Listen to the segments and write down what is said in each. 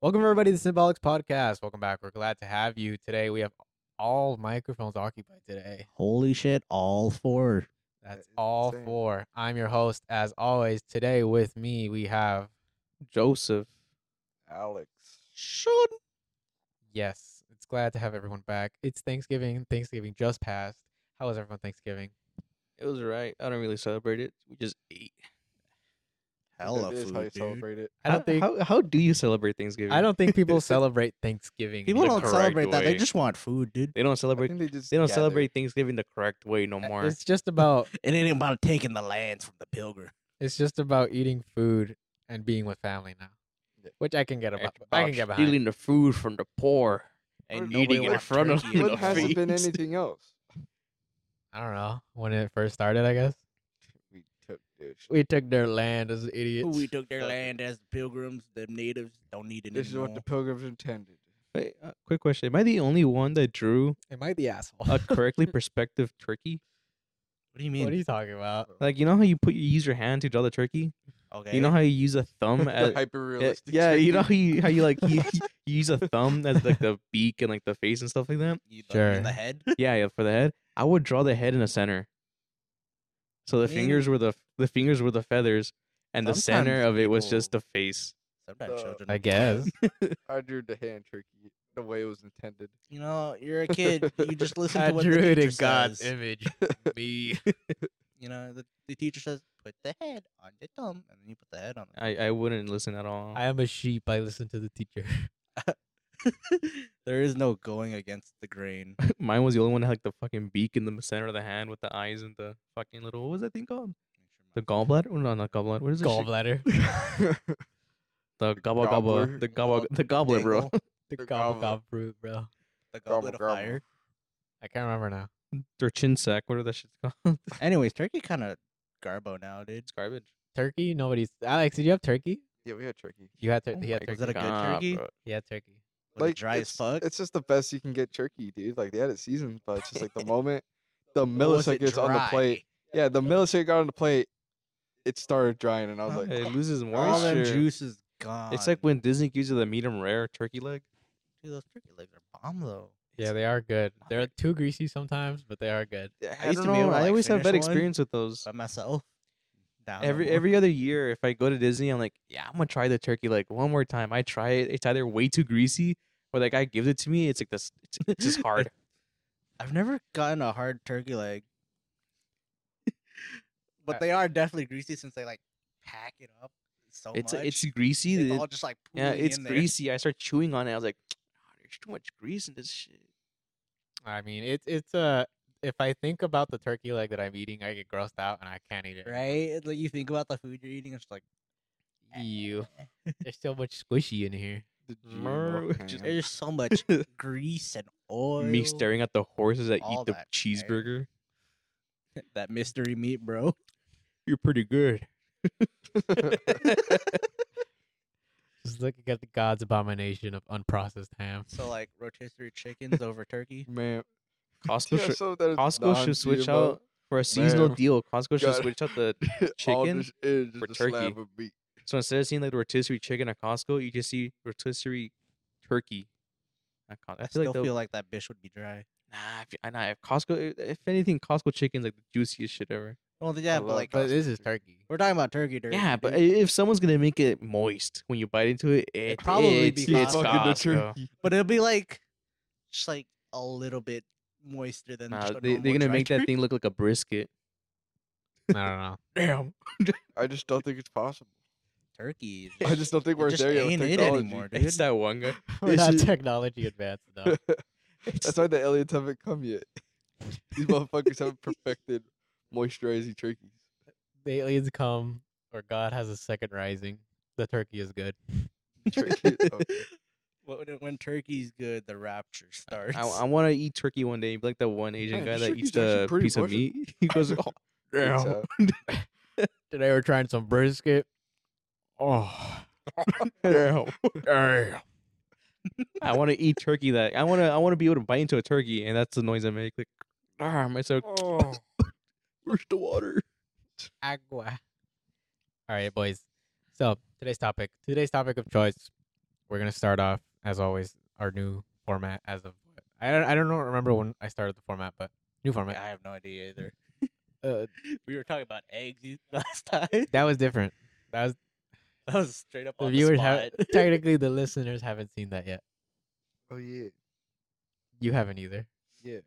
Welcome, everybody, to the Symbolics Podcast. Welcome back. We're glad to have you. Today, we have all microphones occupied today. Holy shit, all four. That's is all insane. four. I'm your host, as always. Today, with me, we have, Joseph. Alex. Shoot. yes, it's glad to have everyone back. It's Thanksgiving. Thanksgiving just passed. How was everyone Thanksgiving? It was alright. I don't really celebrate it. We just ate. Hella That is food, how you dude. celebrate it. I don't think how, how do you celebrate Thanksgiving? I don't think people celebrate Thanksgiving. People The don't correct celebrate that. They way. just want food, dude. They don't I celebrate. think they just They don't gather. celebrate Thanksgiving the correct way no more. It's just about It ain't about taking the lands from the pilgrim. it's just about eating food and being with family now, Yeah. which I can get about. It's I about can get behind. stealing the food from the poor And and nobody eating it in wants front of turkey in the What the hasn't been feast. anything else? I don't know when it first started. I guess We took this. we took their land as idiots. We took their Fuck it. land as pilgrims. The natives don't need it This is anymore. what the pilgrims intended. Wait, uh, quick question: Am I the only one that drew Am I the asshole? a correctly perspective turkey? what do you mean? what are you talking about? Like you know how you put you use your hand to draw the turkey. okay. You know how you use a thumb as Hyper yeah, realistic. yeah. You know how you how you like you, you use a thumb as like the beak and like the face and stuff like that. You thought it was Sure. the head. yeah, yeah, for the head. I would draw the head in the center. So the mean- fingers were the the fingers were the feathers, and the center Sometimes of it was just people- the face. Sometimes Uh, children. I guess. I drew the hand turkey the way it was intended. You know, you're a kid. You just listen I to what drew the it teacher in God's says. image. Me. You know, the, the teacher says, put the head on your thumb, and then you put the head on it. I, I wouldn't listen at all. I am a sheep. I listen to the teacher. there is no going against the grain. Mine was the only one that had like the fucking beak in the center of the hand with the eyes and the fucking little what was that thing called? The gallbladder? Oh, no, not gallbladder. What is it? Gallbladder. The gobble gobble. Gobbler. The gobble the gobbler, bro. Dangle, The The gobble goblet. gob fruit, bro. The Gobble, goblet of gobble. fire. I can't remember now. Or chin sack. What are that shit called? Anyways, turkey kind of garbo now, dude. It's garbage. Turkey. Nobody's. Alex, did you have turkey? Yeah, we had turkey. You had. Tur- Oh he had my turkey. Was that a good God, turkey? bro. He had turkey. Was it dry as it's, fuck? It's just the best you can get turkey, dude. Like they had it seasoned, but it's just like the moment the Or was it milliseconds on the dry? plate. Yeah, the millisecond got on the plate, it started drying, and I was Oh, like, It loses All moisture. that juice is gone. It's like when Disney gives you the medium rare turkey leg. Dude, those turkey legs are bomb though. Yeah, they are good. They're too greasy sometimes, but they are good. I, I used don't to be. know, I like, always have bad finish one. experience with those. by myself. Down Every every every other year, if I go to Disney, I'm like, yeah, I'm gonna try the turkey like one more time. I try it. It's either way too greasy, or the guy gives it to me. It's like this. It's, it's just hard. I've never gotten a hard turkey leg, I- but they are definitely greasy since they like pack it up so it's much. it's greasy. It's it- all just like yeah, pooling it's in there. greasy. I start chewing on it. I was like, "Ah, there's too much grease in this shit. I mean, it's it's uh If I think about the turkey leg that I'm eating, I get grossed out and I can't eat it. right? It's Like you think about the food you're eating, it's like Ew. There's so much squishy in here. the Mer- GMO ham. just- there's so much grease and oil. Me staring at the horses that all eat the that, right? cheeseburger. that mystery meat, bro. You're pretty good. Just looking at the God's abomination of unprocessed ham. So like rotisserie chickens over turkey. man. Costco, Yeah, should- so that it's Costco should switch non-GMO. out for a seasonal Man. deal. Costco should God. switch out the All chicken this is is for a slab turkey. of meat. So instead of seeing like the rotisserie chicken at Costco, you just see rotisserie turkey. At Costco. I, I still feel like the, feel like that bitch would be dry. nah, if, I nah, if Costco, i- if anything, Costco chicken's like the juiciest shit ever. Well, yeah, but love like But Costco this is chicken. turkey. we're talking about turkey, turkey. Yeah, but i- dude. if someone's gonna make it moist when you bite into it, it probably it's, be it's Costco. Fucking the Costco. turkey. but it'll be like just like a little bit moister than. Nah, just a they, normal they're gonna dry make that turkey. thing look like a brisket. I don't know. Damn. I just don't think it's possible. turkey. is I just don't think it we're just there yet with ain't it technology. anymore, dude. It's that one guy. We're It's not just- technology advanced enough. That's why the aliens haven't come yet. These motherfuckers haven't perfected moisturizing turkeys. The aliens come, or God has a second rising. The turkey is good. Turkey, okay. When, when turkey's good, the rapture starts. I, I want to eat turkey one day. be Like that one Asian Man, guy this that turkey's eats the actually pretty piece of moist. meat. He goes, oh, It's, damn. uh, Today we're trying some brisket. Oh, damn. damn. I want to eat turkey. That I want to. I want to be able to bite into a turkey, and that's the noise I make. Like, ah, myself. Oh. Where's the water? Agua. All right, boys. So today's topic, today's topic of choice, we're gonna start off as always our new format as of I don't I don't know, remember when I started the format, but new I format. have no idea either. Uh, We were talking about eggs you- last time. That that was different. That was was straight up the on viewers the have spot. technically the listeners haven't seen that yet. Oh yeah, You haven't either. yeah.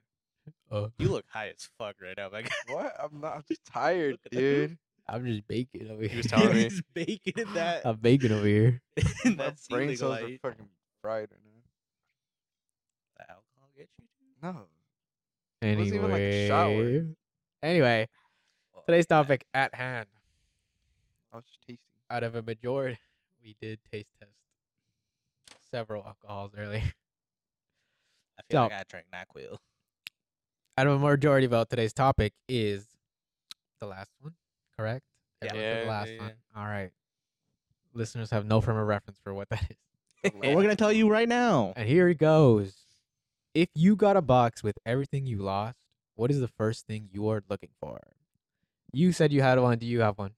Oh, you look high as fuck right now. Like What? I'm not. I'm just tired, Look at that. dude. I'm just baking over here. was telling me. he's baking in that. I'm baking over here. in My that brain ceiling cells light. are fucking fried right now. The alcohol gets you. dude? No. Anyway. wasn't even, like, a shower. Anyway, Oh, today's man. topic at hand. I was just tasting. Out of a majority, we did taste test several alcohols earlier. I feel so- like I drank Nyquil. out of a majority vote, today's topic is the last one, correct? Yeah. Everyone said the Yeah, last yeah, one. All right. Listeners have no frame of reference for what that is. Well, we're gonna tell you right now. And here it goes. If you got a box with everything you lost, what is the first thing you are looking for? You said you had one. Do you have one?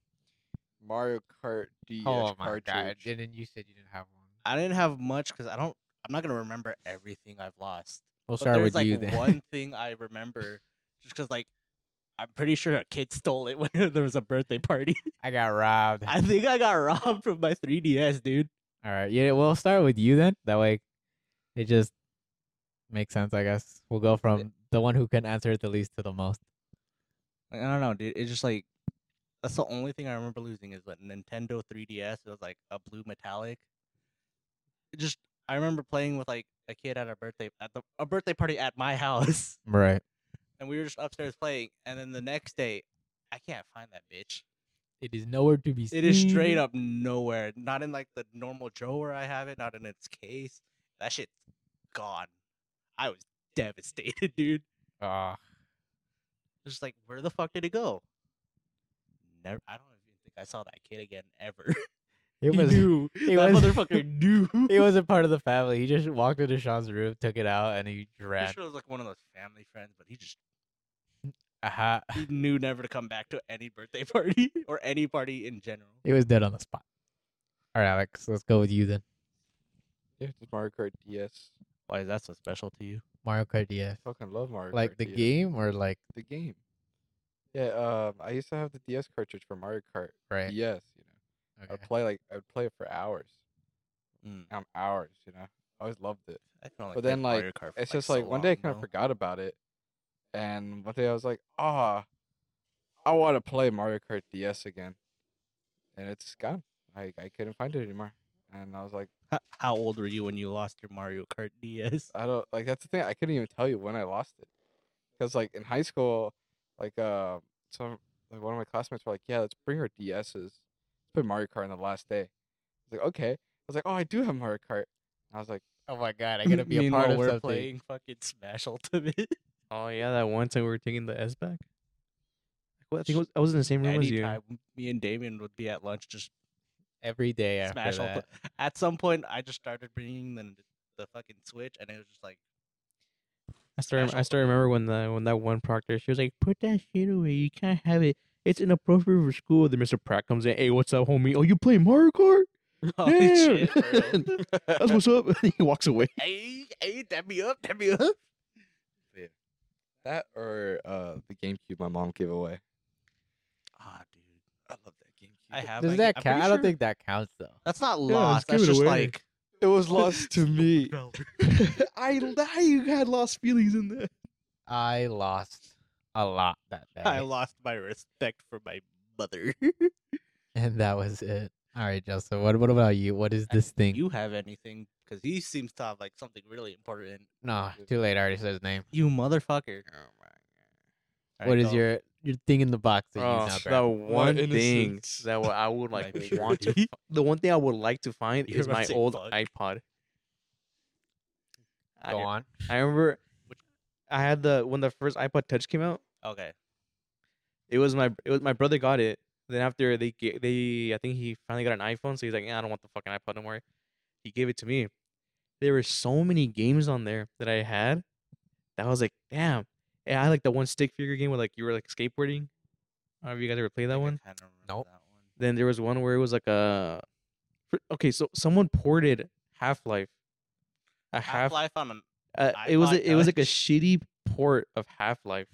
Mario Kart DS Oh cartridge. And then you said you didn't have one. I didn't have much because I don't. I'm not gonna remember everything I've lost. We'll But start there's with like you then. one thing I remember, just because like I'm pretty sure a kid stole it when there was a birthday party. I got robbed. I think I got robbed from my 3DS, dude. All right. Yeah, we'll start with you then. That way it just makes sense, I guess. We'll go from the one who can answer it the least to the most. Like, I don't know, dude. It's just like that's the only thing I remember losing is that Nintendo 3DS. It was like a blue metallic. It just I remember playing with like a kid at a birthday at the, a birthday party at my house, Right. and we were just upstairs playing. And then the next day, I can't find that bitch. It is nowhere to be seen. It is Mm. straight up nowhere. Not in like the normal drawer I have it. Not in its case. That shit's gone. I was devastated, dude. Ah, Just like, where the fuck did it go? Never. I don't even think I saw that kid again ever. it he was. knew. he that was- motherfucker knew. He wasn't part of the family. He just walked into Sean's room, took it out, and he I'm ran. sure it was like one of those family friends, but he just Aha! he knew never to come back to any birthday party or any party in general. He was dead on the spot. All right, Alex. Let's go with you then. Yeah, it's Mario Kart DS. Why is that so special to you? Mario Kart DS. Fucking love Mario Kart Like the DS. game or like The game. Yeah. Um. I used to have the DS cartridge for Mario Kart. right? Yes. You know. Okay. I'd play like I'd play it for hours. Mm. Um, hours. You know. I always loved it. I can only But play then, Mario like, Kart for, It's just like so one day I long, kind of though. forgot about it, and one day I was like, ah, I want to play Mario Kart DS again, and it's gone. I I couldn't find it anymore, and I was like, H- How old were you when you lost your Mario Kart DS? I don't like that's the thing. I couldn't even tell you when I lost it, because like in high school, like uh, some like one of my classmates were like, yeah, let's bring our DSs, let's put Mario Kart on the last day. I was like, okay. I was like, oh, I do have Mario Kart. I was like, Oh my god! I gotta be a part Meanwhile, of we're something. playing fucking Smash Ultimate. Oh yeah, that one time we were taking the S back. Well, I think it was, I was in the same room as you. Anytime me and Damien would be at lunch, just every day after Smash that. Ultimate. At some point, I just started bringing the the fucking Switch, and it was just like, I still rem- Smash I still remember when the when that one proctor she was like, "Put that shit away. You can't have it. It's inappropriate for school." Then Mr. Pratt comes in. Hey, what's up, homie? Oh, you play Mario Kart? oh shit, bro. That's what's up. he walks away. hey, hey, tap me up, tap me up. that or uh, the GameCube my mom gave away. Ah, dude, I love that GameCube. I have. Does my- that I'm pretty count? I don't sure- think that counts though. that's not just lost. give that's it just away. like It was lost to me. Oh I I had lost feelings in that. I lost a lot that day. I lost my respect for my mother. And that was it. All right, Joseph. What what about you? What is this thing? you have anything? Because he seems to have like something really important. No, too late. I already said his name. You motherfucker. Oh my god. Alright, What is go. your your thing in the box that you now Oh, grab? the one thing innocence. that wa- I would My like want to, purity. the one thing I would like to find You is were about my to say old fuck. iPod. Go I, on. I remember I had the when the first iPod Touch came out. Okay. It was my it was my brother got it. Then after they ga- they I think he finally got an iPhone, so he's like, yeah, I don't want the fucking iPod no more. He gave it to me. There were so many games on there that I had that I was like, damn. And I had like the one stick figure game where like you were like skateboarding. I don't know if you guys ever played that one. Kind of Nope. That one. Then there was one where it was like a. fr- Okay, so someone ported Half Life. A half. Life on an Uh, it was iPod a, it was like a Touch. shitty port of Half Life.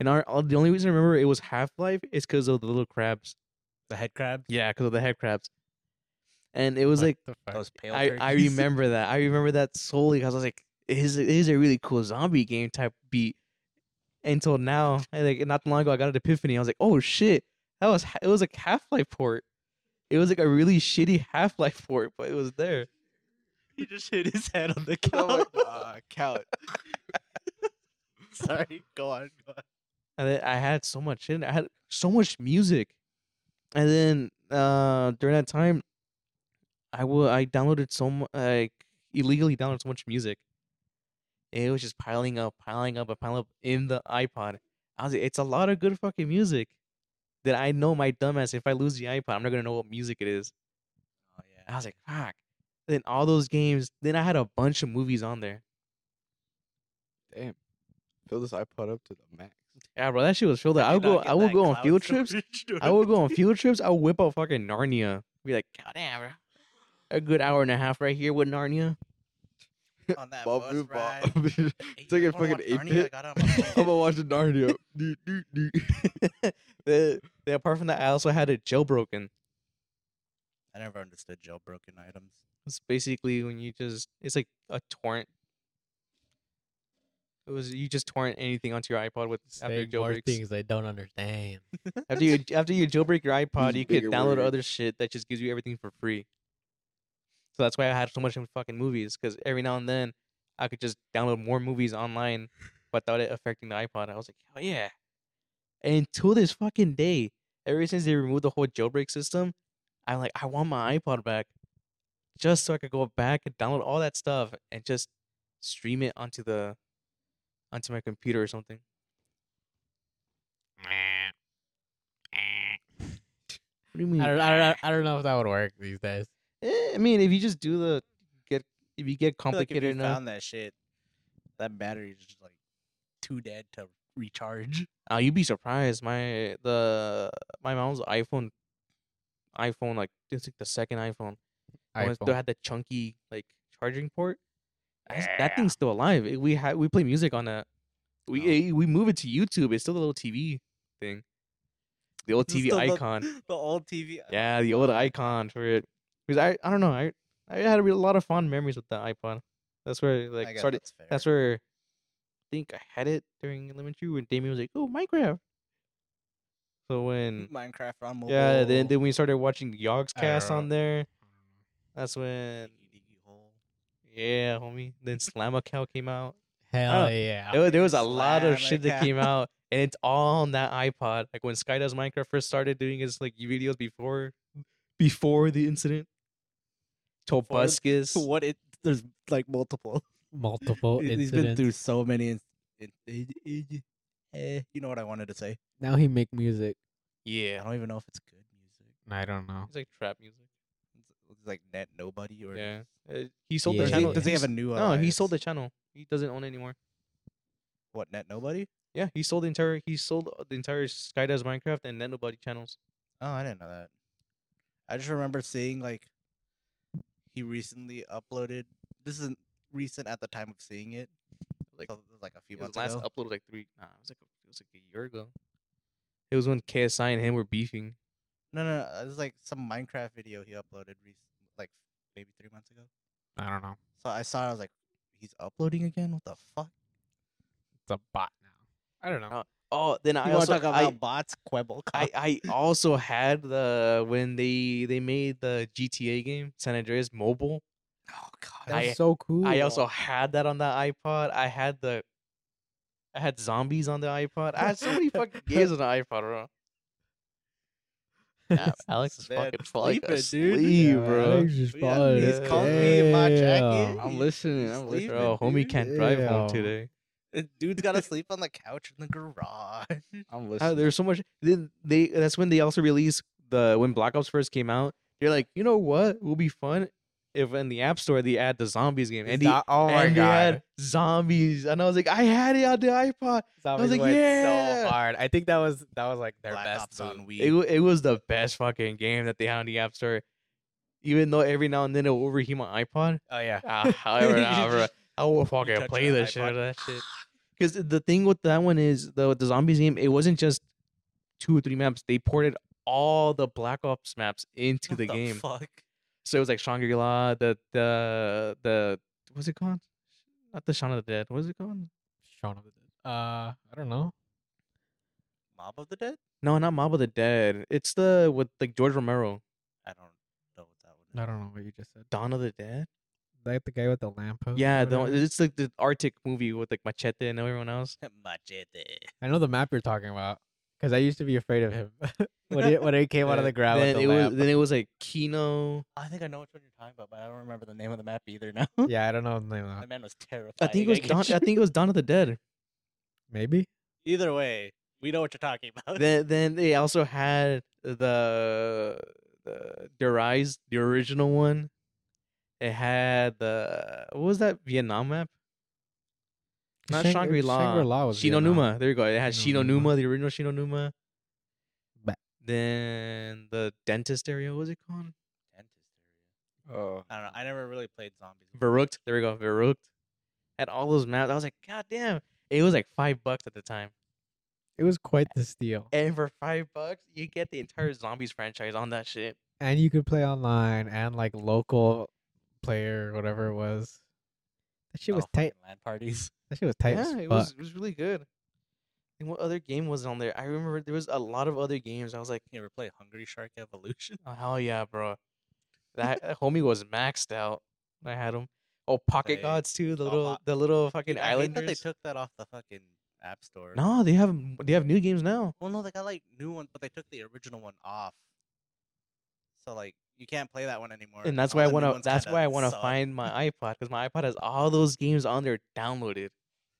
and our, all- the only reason I remember it was Half Life is because of the little crabs. the head crab. Yeah, because of the head crabs. And it was like Those pale I, I turkeys. remember that. I remember that solely because I was like, it is, it is a really cool zombie game type beat. Until now, and like not long ago, I got an epiphany. I was like, oh shit, that was ha- it was like Half Life port. It was like a really shitty Half Life port, but it was there. He just hit his head on the Oh couch. my god, Cal. Sorry, go on. Go on. And then I had so much shit. in there. I had so much music. And then uh during that time, I will I downloaded so mu- like illegally downloaded so much music. It was just piling up, piling up, and piling up in the iPod. I was like, it's a lot of good fucking music that I know my dumbass. If I lose the iPod, I'm not gonna know what music it is. Oh I was like, fuck. Then all those games. Then I had a bunch of movies on there. Damn. Fill this iPod up to the max. Yeah, bro, that shit was filled. out. I would go. I would go on field trips. I would go on field trips. I would whip out fucking Narnia. Be like, God damn, bro. A good hour and a half right here with Narnia. on that Bob bus Boop ride. Bob. It's like a fucking ape pit. I'm ape gonna watch Narnia. Do, do, do. the, the, apart from that, I also had a jailbroken. I never understood jailbroken items. It's basically when you just, it's like a torrent. It was you just torrent anything onto your iPod with after Saying more jailbreaks. things I don't understand. After you after you jailbreak your iPod, Use you could bigger download words. other shit that just gives you everything for free. So that's why I had so much fucking movies because every now and then I could just download more movies online without it affecting the iPod. I was like, oh yeah. And to this fucking day, ever since they removed the whole jailbreak system, I'm like, I want my iPod back, just so I could go back and download all that stuff and just stream it onto the onto my computer or something. What do you mean? I don't, I don't, I don't know if that would work these days. Eh, I mean, if you just do the get, if you get I feel like if complicated you enough, found that shit, that battery is just like too dead to recharge. oh, you'd be surprised. My the my mom's iPhone, iPhone like it's like the second iPhone. the one that still iPhone. had the chunky like charging port. That's- That thing's still alive. It- We had we play music on that. We Oh. eh, we move it to YouTube. It's still the little TV thing, the old TV Still the- icon. The, old TV. Yeah, the old icon for it. Because I I don't know I I had a, real- lot of fond memories with the iPod. That's where I like guess started. That's, fair. That's where I think I had it during elementary when Damien was like, "Oh, Minecraft." So when Minecraft on mobile. Mm. yeah, then oh. then we started watching Yogg's I cast don't on there. That's when yeah, homie. Then Slamacow came out. Hell Oh, yeah. There, wa- there was a lot of shit that Slamacow. came out, and it's all on that iPod. Like when Sky does Minecraft first started doing his like videos before before the incident. Tobuscus. What it? There's like multiple. Multiple He- He's incidents. been through so many. ins- in- in- in- eh, you know what I wanted to say? now he make music. Yeah, I don't even know if it's good music. I don't know. It's like trap music. It's- It's like net nobody or Yeah. Uh, he sold Yeah. the Does he, channel. does he he's- have a new? uh, No, he sold the alliance? channel. He doesn't own it anymore. what net nobody? Yeah, he sold the entire he sold the entire Skydives Minecraft and then nobody channels. Oh, I didn't know that. I just remember seeing like he recently uploaded. This isn't recent at the time of seeing it. Like, so it was like a few His months last ago. upload was like three. Nah, it was like a, it was like a year ago. It was when KSI and him were beefing. No, no, no, it was like some Minecraft video he uploaded rec- like maybe three months ago. I don't know. So I saw. it, I was like, he's uploading again. What the fuck? It's a bot now. I don't know. Uh, Oh, then I You want to also talk about I, bots? Quibble. I I also had the when they they made the GTA game San Andreas Mobile. oh god. That's I- so cool. I also had that on the iPod. I had the I had zombies on the iPod. I had so many fucking games on the iPod, bro. Yeah, Alex is Man, fucking falling sleeping, dude. asleep, Yeah, bro. just We got these falling comfy in my down. jacket. I'm listening. I'm Sleep. listening. Bro, homie dude. can't drive home Yeah. today. Dude's gotta sleep on the couch in the garage. I'm Ah, listening. there's so much. They, they that's when they also released the when Black Ops first came out. They're like, you know what? Will be fun if in the App Store they add the zombies game. And, they, oh and they had zombies, and I was like, I had it on the iPod. Zombies like, went yeah. so hard. I think that was that was like their Black best Ops on move. Wii. It, wa- it was the best fucking game that they had on the App Store. even though every now and then it'll overheat my iPod. Oh yeah. Ah, however, You however, just- I will you fucking touch play your this shit. iPod. That shit. Because the thing with that one is the the zombies game. It wasn't just two or three maps. They ported all the Black Ops maps into What the, game. Fuck. So it was like Shangri La, the the the what's it called? Not the Shaun of the Dead. What is it called? Shaun of the Dead. Uh, I don't know. Mob of the Dead? No, not Mob of the Dead. It's the with like George Romero. I don't know what that one I is. don't know what you just said. Dawn of the Dead. Like the guy with the lamppost. or Yeah, the, whatever? it's like the Arctic movie with like Machete and everyone else. Machete. I know the map you're talking about because I used to be afraid of him when he when he came out of Uh, the ground with Then the it lamp. was then it was like Kino. I think I know which one you're talking about, but I don't remember the name of the map either now. yeah, I don't know the name of That it. man was terrified. I think it was Dawn. I think it was Dawn of the Dead. Maybe Either way, we know what you're talking about. then then they also had the the Derize, the original one. It had the what was that Vietnam map? 'Cause Not Shang- Shangri La. uh, Shangri-La was Vietnam. Shinonuma. There you go. It had Shinonuma. Shinonuma, the original Shinonuma. Ba- Then the dentist area. What was it called? Dentist area. Oh, I don't know. I never really played zombies. Verrucht. There we go. Verrucht. Had all those maps. I was like, God damn. It was like five bucks at the time. It was quite the steal, And for five bucks, you get the entire zombies franchise on that shit. and you could play online and like local player, whatever it was. That shit was Oh, tight. fucking Land parties. That shit was tight. as Yeah, it fuck. was it was really good. And what other game was on there? I remember there was a lot of other games. I was like, You ever play Hungry Shark Evolution? oh, hell yeah, bro. That that homie was maxed out. when I had him. Oh, Pocket Say, Gods too. oh, The little Pop- the little fucking Dude, I hate islanders. that they took that off the fucking app store. no, they have m- they have new games now. Well, no, they got like new ones, but they took the original one off. So like, you can't play that one anymore. And that's all why I the new want to. ones That's kinda why I want to suck. find my iPod because my iPod has all those games on there downloaded.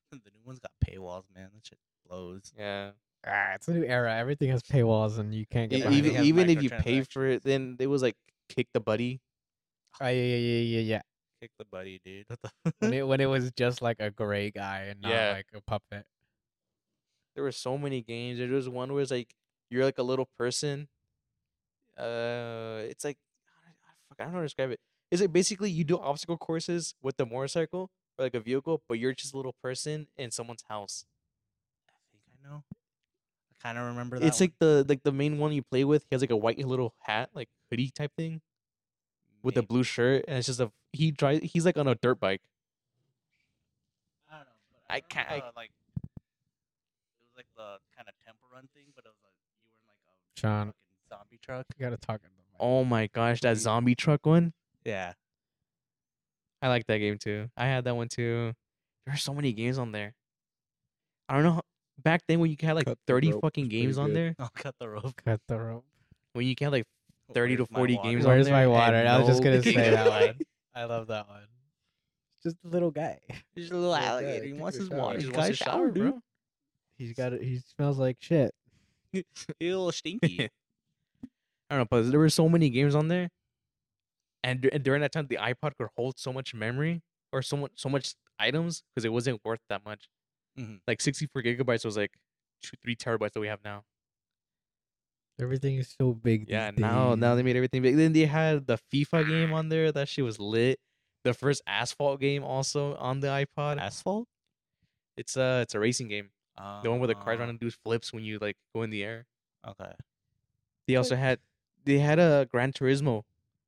the new ones got paywalls, man. That shit blows. Yeah. Ah, it's a new era. Everything has paywalls, and you can't get E- behind everything even it. has even if you pay for microtransactions. it, then it was like kick the buddy. Oh, yeah, yeah, yeah, yeah, yeah. Kick the buddy, dude. What the? When it when it was just like a gray guy and not Yeah. like a puppet. there were so many games. There was one where it's like you're like a little person. Uh, it's like I fuck, I don't know how to describe it. It's like basically you do obstacle courses with the motorcycle or like a vehicle, but you're just a little person in someone's house. I think I know. I kind of remember that. It's like the like the main one you play with. He has like a white little hat, like hoodie type thing, with a Maybe. blue shirt, and it's just a he drives. He's like on a dirt bike. I don't know. But I I ca- I- can't. like it was like the kind of temple run thing, but it was like you were in like a Sean, fucking zombie truck. you gotta talk. about that. Oh my gosh, that Wait. zombie truck one! Yeah. I like that game too. I had that one too. There are so many games on there. I don't know. How, back then, when you had like Cut the thirty Rope fucking was pretty games on good. there, I'll cut the rope. Cut the rope. when you had like thirty to Where's my forty water? games Where's on my there. water? and I was just gonna nobody say that like- one. I love that one. Just a little guy. He's a little Yeah, yeah, alligator. He take wants your his shower. water. He just He's wants got to shower, dude. bro. He's got. He smells like shit. a little stinky. I don't know, but there were so many games on there, and, dur- and during that time, the iPod could hold so much memory or so much so much items because it wasn't worth that much. Mm-hmm. Mhm. Like sixty four gigabytes was like two three terabytes that we have now. Everything is so big. these Yeah, now now they days. made everything big. Then they had the FIFA game on there. That shit was lit. The first asphalt game also on the iPod. Asphalt. it's a it's a racing game. Uh, The one where the cars run and do flips when you like go in the air. Okay. They also had they had a Gran Turismo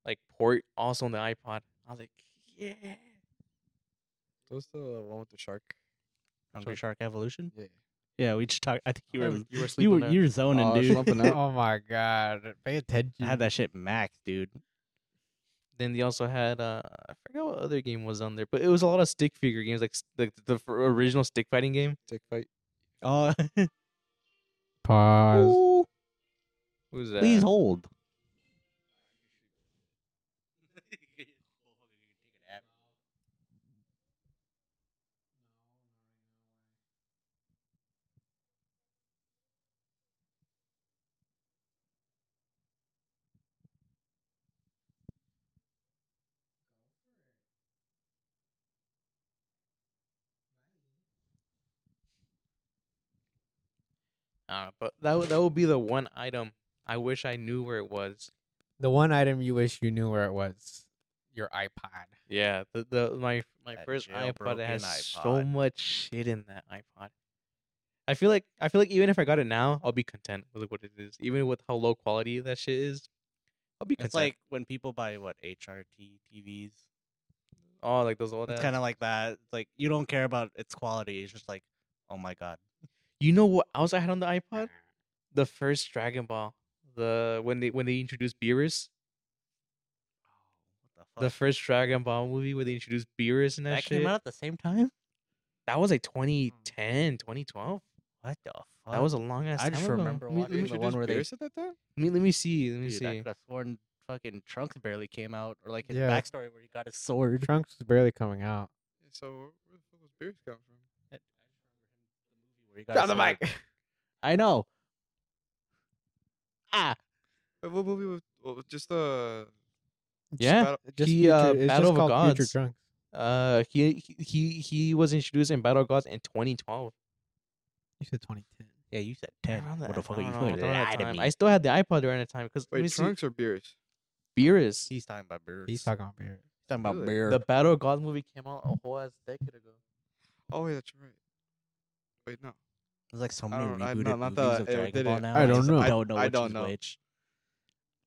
like port also on the iPod. I was like, yeah. those the one with the shark. Hungry Shark Shark- Evolution. Yeah. Yeah, we just talked. I think you I were was- you were you sleeping were there. you were zoning, Oh, I was dude. slumping out. I Oh my god! Pay attention. had that shit max, dude. Then they also had uh I forgot what other game was on there, but it was a lot of stick figure games like s- like the, f original stick fighting game. Dick fight. Oh, Pause. What was that? please hold. Uh, but that would- that would be the one item I wish I knew where it was. the one item you wish you knew where it was, your iPod. Yeah, the, the my my That first iPod jailbroken it has so iPod. much shit in that iPod. I feel like I feel like even if I got it now, I'll be content with what it is. Even with how low quality that shit is, I'll be content. It's like when people buy what HRT TVs. oh, like those old. It's ass- kind of like that. It's like you don't care about its quality. It's just like, oh my god, You know what else I had on the iPod? The first Dragon Ball. The when they when they introduced Beerus, what the first Dragon Ball movie where they introduced Beerus and that, that shit. came out at the same time. That was like 2010, 2012. What the fuck? that was a long ass. I just time ago. remember Let me- watching let me- the one where they- at that time? Let me, let me see. Let me Dude, I see. could have sworn fucking Trunks barely came out, or like his Yeah. backstory where he got his sword. Trunks was barely coming out. So where the fuck was Beerus come from? Where he got his sword. I know. Ah, Wait, What movie was? What was just the? Yeah. Battle- Just He, uh, it's Battle of the called Future Gods. Trunks. Uh, he he- he he was introduced in Battle of Gods in 2012. You said 2010. yeah, you said ten. Around What that- the fuck are around- you around fucking that lie to time. me? I still had the iPod during that time because Wait, Trunks or Beerus? Beerus. He's talking about beer. He's talking about beer. talking about Really? beer. The Battle of Gods movie came out a whole ass decade ago. Oh wait, that's right. Wait, no. There's like so I many don't- I- rebooted no, not movies that of I Dragon did Ball it. now. I don't just know. I don't know. I which don't is know. Which.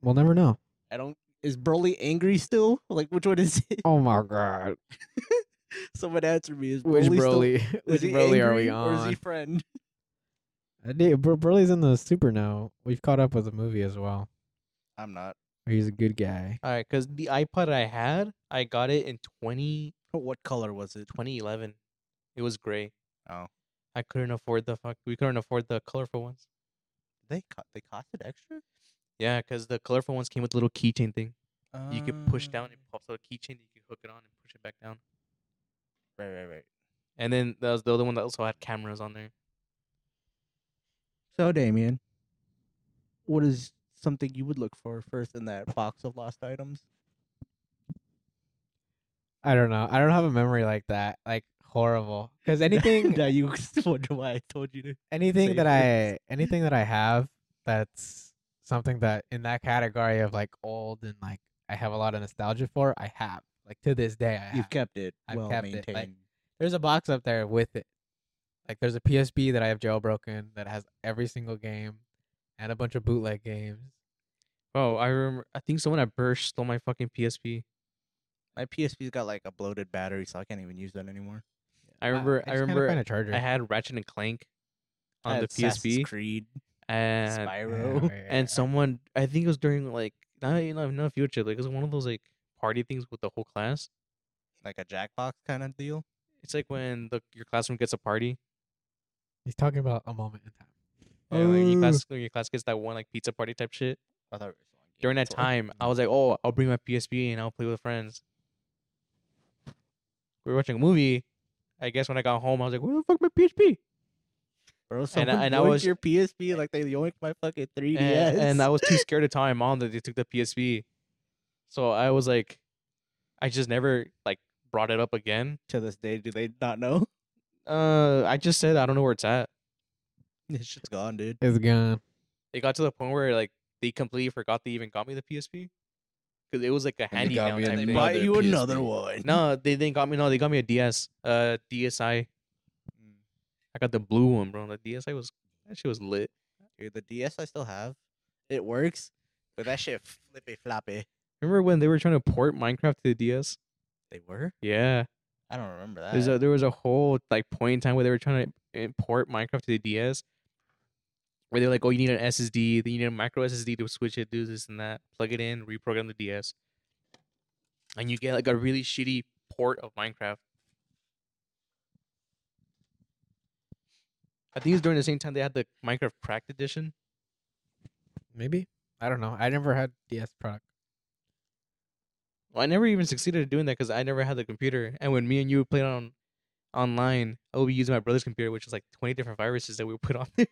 We'll never know. I don't. Is Broly angry still? Like, which one is it? Oh my god. Someone answer me. Is Which Broly? Broly? Still, Which is he Broly are we angry Or is he on? friend? I did- Bro- Broly's in the super now. We've caught up with the movie as well. I'm not. He's a good guy. All right, because the iPod I had, I got it in 20, What color was it? 2011. It was gray. Oh. I couldn't afford the fuck. We couldn't afford the colorful ones. They co- they costed extra. Yeah, because the colorful ones came with little keychain thing. You could push down, it Um, pops out a keychain. You can hook it on and push it back down. Right, right, right. And then that was the other one that also had cameras on there. So, Damien, what is something you would look for first in that box of lost items? I don't know. I don't have a memory like that. Like horrible. Because anything that you wonder why I told you to. anything that Safely. I anything that I have that's something that in that category of like old and like I have a lot of nostalgia for, I have. Like to this day I You've have. Ah, kept it I've well kept it, like- maintained. there's a box up there with it. Like there's a PSP that I have jailbroken that has every single game and a bunch of bootleg games. Bro, I remember. I think someone at Burst stole my fucking PSP. My PSP's got like a bloated battery, so I can't even use that anymore. I remember. I, just can't remember. find a charger. I had Ratchet and Clank I on the had Assassin's PSP, Creed, and Spyro. and someone. I think it was during like not you know not future. Like it was one of those like party things with the whole class. like a Jackbox kind of deal. It's like when the your classroom gets a party. he's talking about a moment in time. and, like, your Oh. class your class gets that one like pizza party type shit. I thought we were selling games During that or- time, I was like, oh, I'll bring my PSP and I'll play with friends. We were watching a movie. I guess when I got home, I was like, where the fuck my PSP? Bro, someone and, and I I was- was your PSP like they yoinked my fucking 3DS. and, and I was too scared to tell my mom that they took the PSP. So I was like, I just never like brought it up again. to this day, do they not know? Uh, I just said I don't know where it's at. This shit's gone, dude. It's gone. It got to the point where like they completely forgot they even got me the PSP because it was like a they handy got down. me type another thing. Buy Buy their you another PSP. one. No, they didn't got me. No, they got me a DS. Uh, DSi. Mm. I got the blue one, bro. The DSi was that shit was lit. Dude, the DS I still have. It works, but that shit flippy floppy. Remember when they were trying to port Minecraft to the DS? They were? Yeah. I don't remember that. There's a, there was a whole like point in time where they were trying to import Minecraft to the DS, where they were like, "Oh, you need an SSD, then you need a micro SSD to switch it, do this and that, plug it in, reprogram the DS, and you get like a really shitty port of Minecraft." I think it's during the same time they had the Minecraft Cracked Edition. Maybe? I don't know. I never had DS product. Well, I never even succeeded at doing that because I never had the computer. And when me and you would play on online, I would be using my brother's computer, which was like twenty different viruses that we would put on there.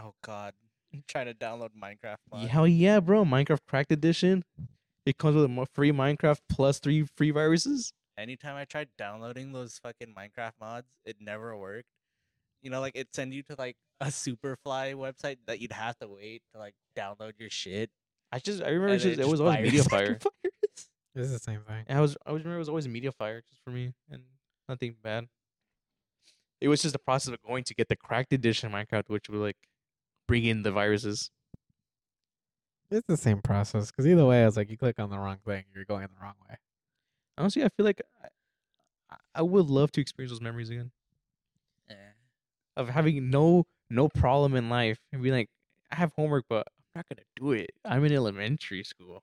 oh god. I'm trying to download Minecraft Yeah, mod. Hell yeah, bro! Minecraft Cracked Edition. It comes with a mo- free Minecraft plus three free viruses. Anytime I tried downloading those fucking Minecraft mods, it never worked. You know, like it'd send you to like a Superfly website that you'd have to wait to like download your shit. I just I remember And it's just, it it, just was always fires. media fire. This is the same thing. And I was I always remember it was always media fire just for me and nothing bad. It was just the process of going to get the cracked edition of Minecraft, which would like bring in the viruses. It's the same process. Because either way, I was like, you click on the wrong thing, you're going the wrong way. Honestly, I feel like I, I- I would love to experience those memories again Eh, of having no no problem in life and being like, I have homework, but I'm not gonna do it. I'm in elementary school,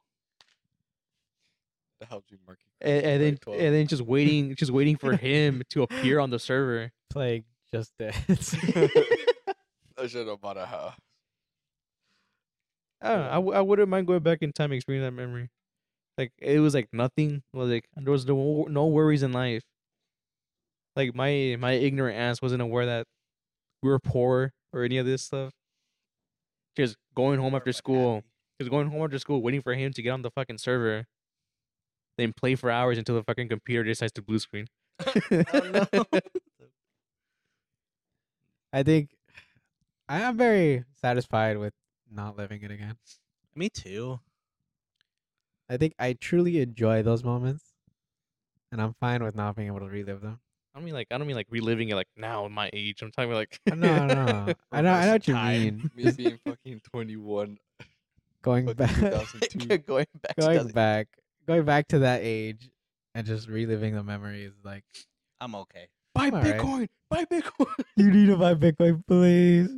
That helped you mark your and, calls and by then 12. and then just waiting, just waiting for him to appear on the server. Plague just dance. I should have bought a house. I don't know. I, Yeah. w- I wouldn't mind going back in time and experiencing that memory. Like it was like nothing. It was like there was no wo- no worries in life. Like my my ignorant ass wasn't aware that we were poor or any of this stuff. Just going home after school. Just going home after school, waiting for him to get on the fucking server, then play for hours until the fucking computer decides to blue screen. Oh, no. I think I am very satisfied with not living it again. Me too. I think I truly enjoy those moments, and I'm fine with not being able to relive them. I don't mean like I don't mean like reliving it like now in my age. I'm talking about like No, no, no. I know, I know what you Time. mean. Me being fucking 21, Going fucking back, 2002. going back. to going that- back, going back to that age, and just reliving the memories. Like I'm okay. Buy All right. Bitcoin. Buy Bitcoin. you need to buy Bitcoin, please.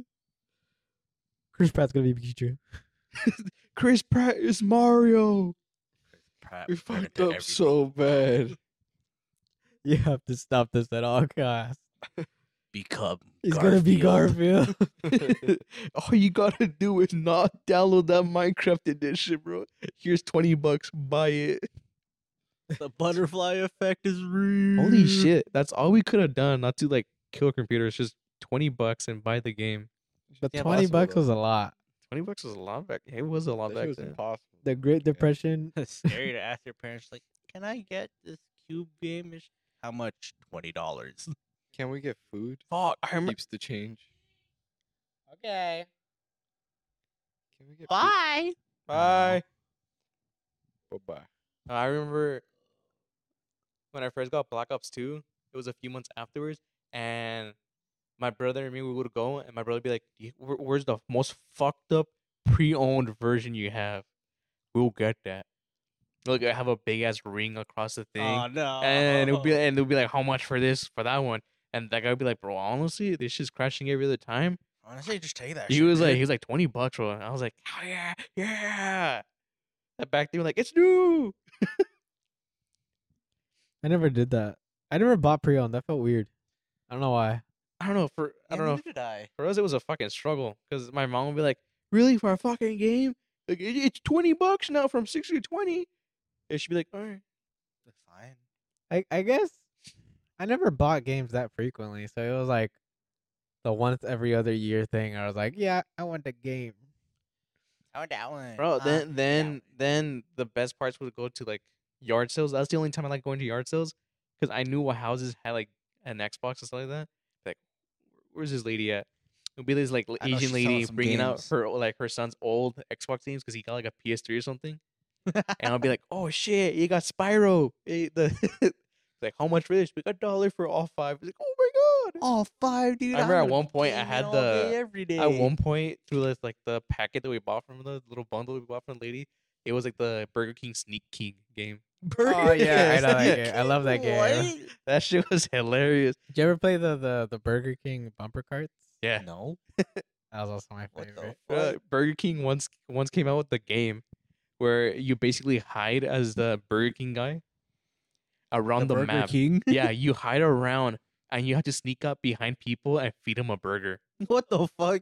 Chris Pratt's gonna be Pikachu. Chris Pratt is Mario. Pratt We burned fucked up everything. so bad. You have to stop this at all costs. Become. He's gonna be Garfield. Garfield. All you gotta do is not download that Minecraft edition, bro. Here's twenty bucks. Buy it. The butterfly effect is real. Holy shit! That's all we could have done. Not to like kill computers. Just twenty bucks and buy the game. But Yeah, twenty possible, bucks though. was a lot. Twenty bucks was a lot back. It was a That lot shit back was then. impossible. The Great Yeah. Depression. Scary to ask your parents, like, can I get this cube game? It's- How much? Twenty dollars. Can we get food? Fuck! I remember. Keeps the change. Okay. Can we get Bye. Bye. Food? Bye bye. Uh, I remember when I first got Black Ops Two. It was a few months afterwards, and my brother and me we would go, and my brother would be like, "Do you- where- "Where's the most fucked up pre-owned version you have? We'll get that." Look, I have a big ass ring across the thing, Oh no. and it'll be and they'll be like, "How much for this? For that one?" And that guy would be like, "Bro, honestly, this shit's crashing every other time." honestly just take that. He shit, was like, dude. he was like twenty bucks, bro. And I was like, "Oh yeah, yeah." That back they were like, "It's new." I never did that. I never bought pre-owned. That felt weird. I don't know why. I don't know for I And don't know. neither Did I? for us it was a fucking struggle because my mom would be like, "Really for a fucking game? Like it, it's twenty bucks now from sixty to 20. And she'd be like, "All right, That's fine. I I guess I never bought games that frequently, so it was like the once every other year thing. I was like, yeah, I want the game. I want that one. bro." Uh, then then one. then the best parts would go to like yard sales. That's the only time I like going to yard sales because I knew what houses had like an Xbox and stuff like that. Like, where's this lady at? It'd be this like l- I know she's Asian selling lady some bringing out games. her like her son's old Xbox games because he got like a PS3 or something. and I'll be like, "Oh shit, you got Spyro." eh, the like, how much for this? We got a dollar for all five. It's like, oh my god. all five, dude. I remember I'm at gonna one point I game it had all the- day, every day. At one point, through this like the packet that we bought from the little bundle we bought from the lady, it was like the Burger King Sneak King game. Oh yeah, I Yes. know that game. I love that game. What? That shit was hilarious. Did you ever play the the the Burger King bumper carts? Yeah, No. That was also my What the favorite. Uh, Burger King once once came out with the game where you basically hide as the Burger King guy around the, Burger map. King. yeah, you hide around and you have to sneak up behind people and feed them a burger. What the fuck?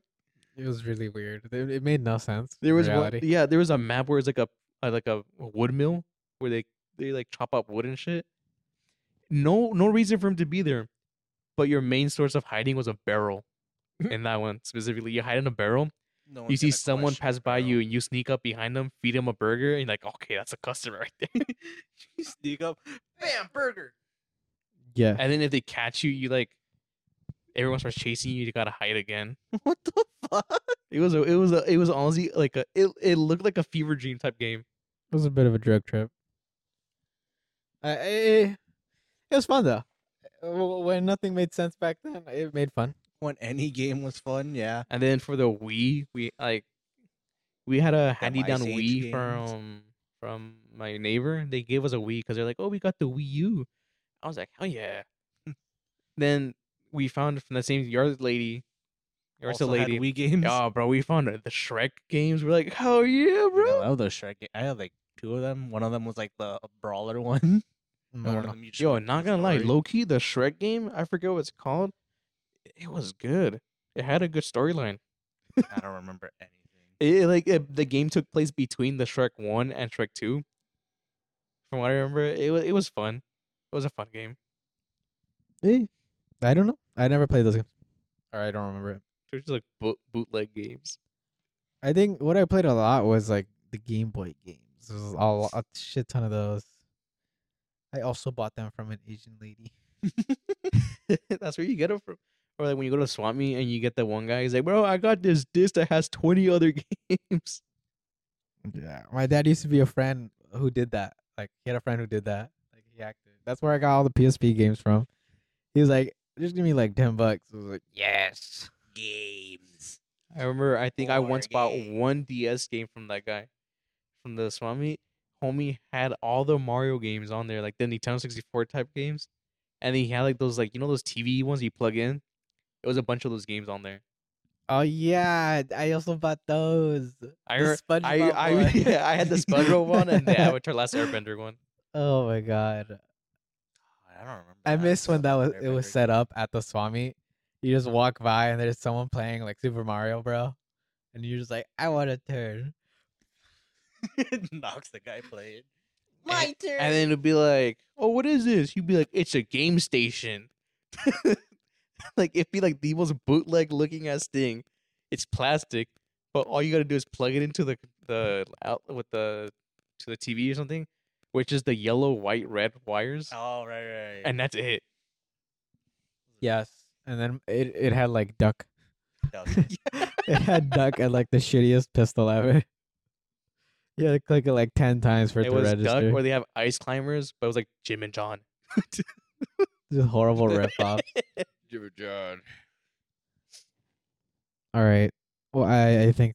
It was really weird. It, it made no sense. There in was one, reality. yeah, there was a map where it's like a, a like a wood mill where they they like chop up wood and shit. No, no reason for him to be there, but your main source of hiding was a barrel. in that one specifically, you hide in a barrel. No you one's see gonna someone question pass it, by bro. you, and you sneak up behind them, feed them a burger, and you're like, okay, that's a customer right there. You sneak up, bam, burger. yeah. and then if they catch you, you like everyone starts chasing you. You gotta hide again. What the fuck? It was a, it was a, it was honestly like a it, it looked like a fever dream type game. It was a bit of a drug trip. I, I- it was fun though. Uh, w- When nothing made sense back then, it made fun. When any game was fun, yeah. And then for the Wii, we like we had a handy down Ice Age Wii games. from from my neighbor. They gave us a Wii because they're like, oh, we got the Wii U. I was like, oh yeah. then we found from the same yard lady, yard Also had lady. Wii games. Oh, bro, we found the Shrek games. We're like, oh yeah, I bro. love those Shrek. ga- I had like two of them. One of them was like the brawler one. Mm, and one of them you just Yo, went through not the gonna lie, story. low key the Shrek game. I forget what it's called. It was good. It had a good storyline. I don't remember anything. It, it, like it, the game took place between the Shrek one and Shrek two. From what I remember, it was it was fun. It was a fun game. Eh, I don't know. I never played those games, or I don't remember it. It was just like boot, bootleg games. I think what I played a lot was like the Game Boy games. There was a, lo- a shit ton of those. I also bought them from an Asian lady. That's where you get it from. Or like when you go to Swap Meet and you get that one guy, he's like, "Bro, I got this disc that has twenty other games." Yeah, my dad used to be a friend who did that. Like he had a friend who did that. Like he acted. That's where I got all the PSP games from. He was like, "Just give me like ten bucks." I was like, "Yes." Games. I remember. I think I Board once bought game. one DS game from that guy, from the Swami. Homie had all the Mario games on there, like the Nintendo sixty four type games, and then he had like those like you know those TV ones you plug in. It was a bunch of those games on there. Oh yeah, I also bought those. I The re- I SpongeBob I, one. yeah, I had the SpongeBob one and the Avatar Last Airbender one. Oh my god, I don't remember. I miss when that was it was set up. up at the Swami. You just walk by and there's someone playing like Super Mario, bro, and you're just like, "I want to turn." knocks the guy playing. My and, turn. And then it'd be like, "Oh, what is this?" He'd be like, "It's a game station." like it'd be like the most bootleg looking ass thing. It's plastic, but all you gotta do is plug it into the the out with the to the TV or something, which is the yellow, white, red wires, Oh right, right. and that's it. Yes, and then it it had like duck. That was- it had duck and like the shittiest pistol ever. You had to click it like ten times for it, it to was register. duck, or they have ice climbers, but it was like Jim and John. Just horrible rip off. Give it John. All right. Well, I I think.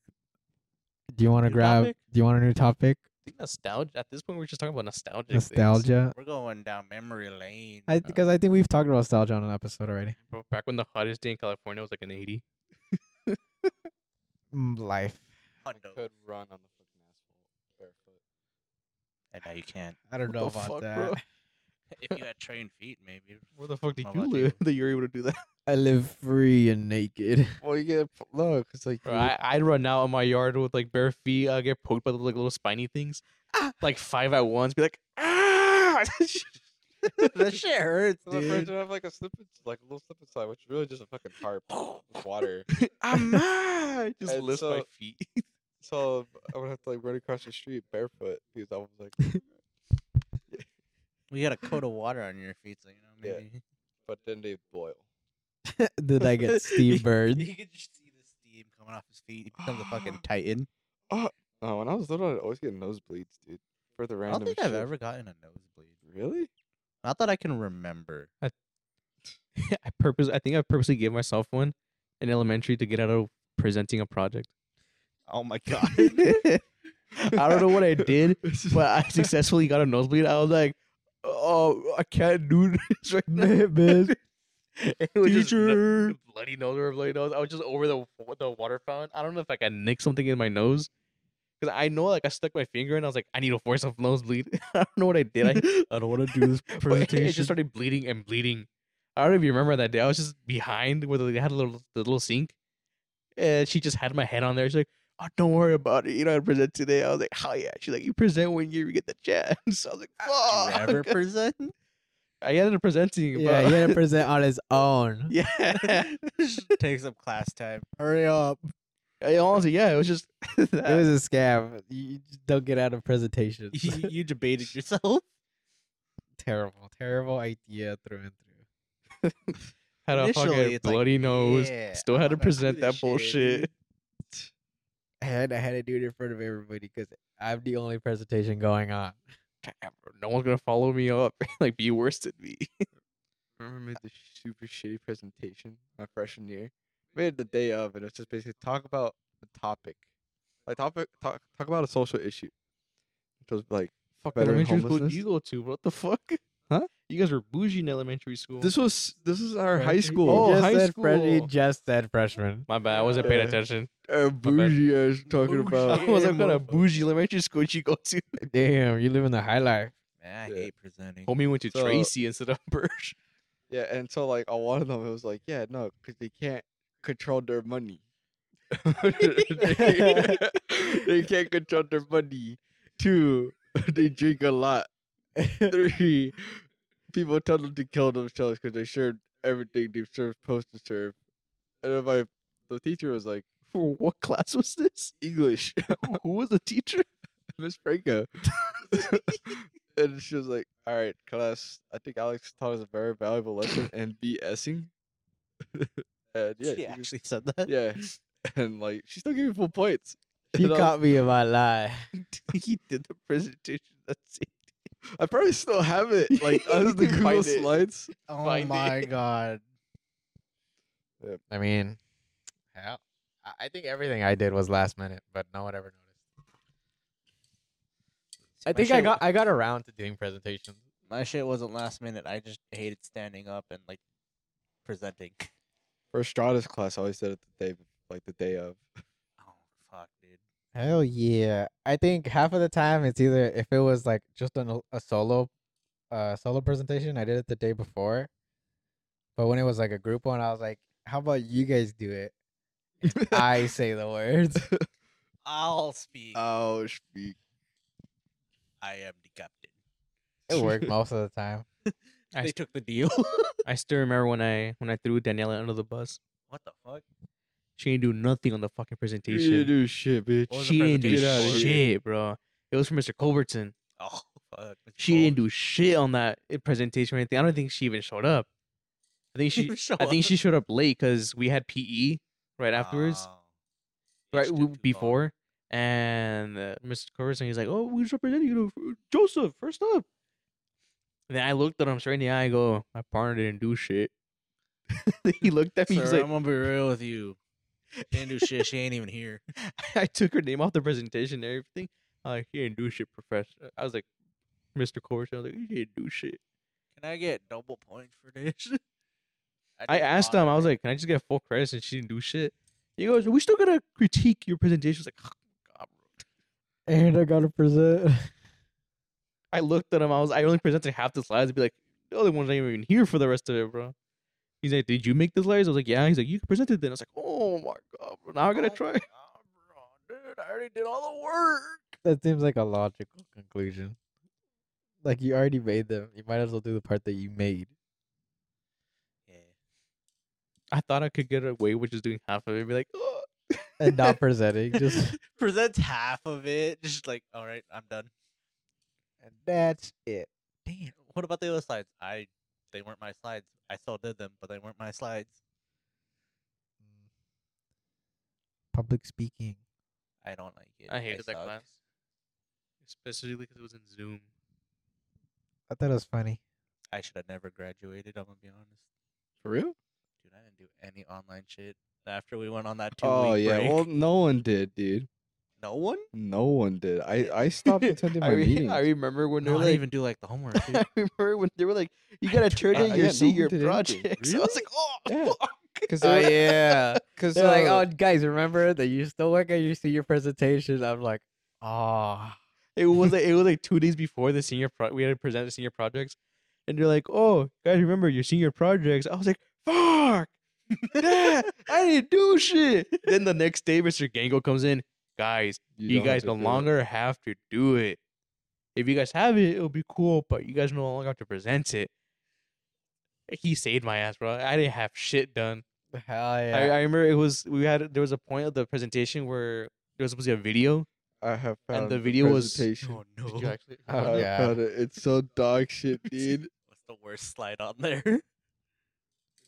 Do you want to New grab? topic? Do you want a new topic? I think nostalgia. At this point, we're just talking about nostalgic. things. Nostalgia. We're going down memory lane. I because I think we've talked about nostalgia on an episode already. Bro, Back when the hottest day in California was like an eighty. Mm, Life. Hundo. Could run on the fucking asphalt barefoot. and now you can't. I don't What the know about fuck, that. bro? If you had trained feet, maybe. Where the fuck did How you about live that you're able to do that? I live free and naked. Well, you get look. It's like Bro, you- I, I'd run out in my yard with like bare feet. I get poked by the like little spiny things, like five at once. Be like, ah! that shit hurts, So the fridge dude. would have like a slip, ins- like a little slip inside, which is really just a fucking tarp with water. I'm mad. Just And lift my so- feet. So I would have to like run across the street barefoot because I was like, We got a coat of water on your feet, so you know Yeah. maybe. but then they boil. Did I get Steve Bird? You could just see the steam coming off his feet. He becomes a fucking titan. Oh, when I was little, I'd always get nosebleeds, dude. For the I random. don't think I've shit. ever gotten a nosebleed. Really? Not that I can remember. I purpose. I think I purposely gave myself one in elementary to get out of presenting a project. Oh my god. I don't know what I did, but I successfully got a nosebleed. I was like, oh, I can't do this right now. Man, It was just no- bloody nose or bloody nose. I was just over the wa- the water fountain. I don't know if like I nicked something in my nose because I know like I stuck my finger and I was like, I need to force a nosebleed. I don't know what I did. I I don't want to do this but it- it just started bleeding and bleeding. I don't even remember that day. I was just behind where they had a little the little sink, and she just had my head on there. She's like, "Oh, don't worry about it. You know, I present today." I was like, "Oh yeah." She's like, "You present when you get the chance." I was like, Do you ever "Fuck." present? I ended up presenting. yeah, he but- had to present on his own. yeah. Takes up class time. Hurry up. I- honestly, yeah, it was just It was a scam. You you just don't get out of presentations. you, you debated yourself. terrible, terrible idea through and through. had a Initially, fucking it's like, bloody nose. yeah, Oh, still I'm had to not gonna do present this that shit, bullshit. I had I had to do it in front of everybody because I'm the only presentation going on. Damn, bro, no one's gonna follow me up. like, be worse than me. remember I made this super shitty presentation my freshman year. Made it the day of, and it's just basically talk about the topic, like topic talk talk about a social issue, which was like Fuck, Better than elementary school did homelessness? you go to? bro? What the fuck? Huh? You guys were bougie in elementary school. this was this is our Fresh- high he school. Oh, just high said fresh- he school. just said freshman. My bad. I wasn't paying Yeah. attention. uh, bougie ass talking I about. was like, what a bougie elementary school did you go to? Damn, you live in the high life. Man, I Yeah. hate presenting. Homie went to So- Tracy instead of Birch. Yeah, and so like on one of them, it was like, yeah, no, because they can't control their money. they, they can't control their money. Two, they drink a lot. Three, people tell them to kill themselves because they served everything they served supposed to serve. And then my the teacher was like, For what class was this? English, Who was the teacher? Miss Franco. and she was like, All right, class, I think Alex taught us a very valuable lesson and BSing. and yeah, She she was- actually said that. yeah. And like she still gave me full points. You And I was- caught me in my lie. he did the presentation. That's it. I probably still have it. Like as the You can Google find it. slides. Oh Find it. my god. Yep. I mean, hell, I- I think everything I did was last minute, but no one ever noticed. I My think I shit got I got around to doing presentations. My shit wasn't last minute. I just hated standing up and like presenting. For Estrada's class, I always did it the day like the day of. Oh fuck, dude. Hell yeah! I think half of the time it's either if it was like just an, o- a solo, uh, solo presentation, I did it the day before. But when it was like a group one, I was like, "How about you guys do it? and I say the words." I'll speak. Uh, Oh speak. I am the captain. It worked most of the time. I they s- took the deal. I still remember when I when I threw Daniela under the bus. what the fuck? She didn't do nothing on the fucking You didn't presentation. do shit, bitch. What was the She didn't do presentation Get outta shit, here. bro. It was for Mr. Culbertson. Oh fuck. Mr. She didn't Bowles. do shit on that uh, presentation or anything. I don't think she even showed up. I think She she didn't show I think up. she showed up late because we had PE right afterwards. Oh. right Bitch w- took too long. before, and uh, Mr. Corson, he's like, "Oh, who's representing you, know, Joseph? First up." And then I looked at him straight in the eye. and go, "My partner didn't do shit." he looked at me. he's Sir, like, I'm gonna be real with you. Didn't do shit. She ain't even here. "I took her name off the presentation and everything." I'm like, "He didn't do shit, professor." I was like, "Mr. Corson," I was like, "He didn't do shit." Can I get double points for this? I did asked not him. I was agree. like, "Can I just get full credits?" And she didn't do shit. He goes, "We still gotta critique your presentation." I was like, "Oh, "God, bro." And I gotta present. I looked at him. I was I only presented half the slides. I'd be like, the other one's not even here for the rest of it, bro. He's like, did you make the slides? I was like, yeah. He's like, you presented then. I was like, oh my god, bro. Now I gotta Oh try. my God, bro, dude, I already did all the work. That seems like a logical conclusion. Like you already made them, you might as well do the part that you made. Yeah. I thought I could get away with just doing half of it. And be like, oh. and not presenting. Just presents half of it. Just like, all right, I'm done. and that's it. Damn. What about the other slides? I, they weren't my slides. I still did them, but they weren't my slides. Mm, Public speaking. I don't like it. I hated that suck. class, especially because it was in Zoom. I thought it was funny. I should have never graduated. I'm gonna be honest, For real? dude. I didn't do any online shit after we went on that two. Oh week yeah. break. Well no one did, dude. no one. No one did. I, I stopped attending my I, re- meetings. I remember when they No, were I like, didn't even do like the homework. dude. I remember when they were like, you gotta turn Uh, in yeah, no your one senior did anything. projects. I was like, oh, Yeah. fuck. Cause Oh they were- yeah. cause They're like, uh, oh guys, remember that you still work and you see your presentation. I'm like, oh It was like, it was like two days before the senior pro- we had to present the senior projects, and they're like, "Oh, guys, remember your senior projects?" I was like, "Fuck, yeah, I didn't do shit." then the next day, Mister Gango comes in, guys, don't you, have guys to no do it." longer have to do it. If you guys have it, it'll be cool, but you guys no longer have to present it. He saved my ass, bro. I didn't have shit done. hell I, yeah. I remember it was we had there was a point of the presentation where there was supposed to be a video. I have found the video was- presentation. oh no. Did you actually? Oh, I God. found it. It's so dog shit, dude. What's the worst slide on there?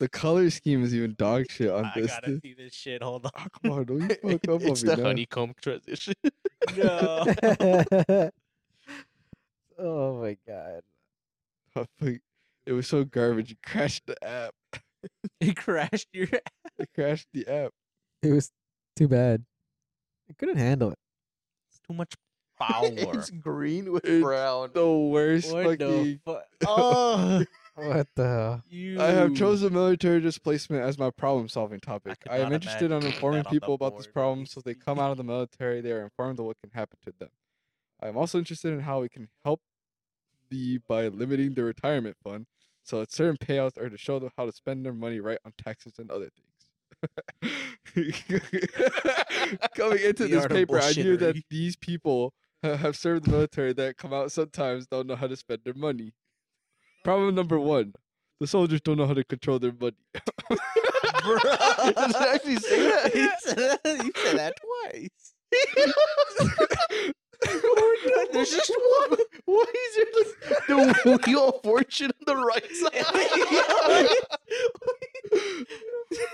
The color scheme is even dog shit on I this. gotta see this shit. Hold on. Come on, don't you fuck up it's on me the now. honeycomb transition. No. oh my god. I think It was so garbage. It crashed the app. it crashed your It crashed the app. It was too bad. I couldn't handle it. It's too much power. it's green with It's brown. The worst what the fucking. fu- Oh, What the hell? you. I have chosen military displacement as my problem solving topic. could I, am not interested in imagine informing that on the people about this board. problem so they come out of the military, they are informed of what can happen to them. I am also interested in how we can help the by limiting the retirement fund so that certain payouts are to show them how to spend their money right on taxes and other things. Coming into The this art of paper, I knew that bullshittery. these people ha- have served the military that come out sometimes don't know how to spend their money. Problem number one. The soldiers don't know how to control their money. Does it actually say that? you said that twice. Oh There's just one. Why is there the, the wheel of fortune on the right side?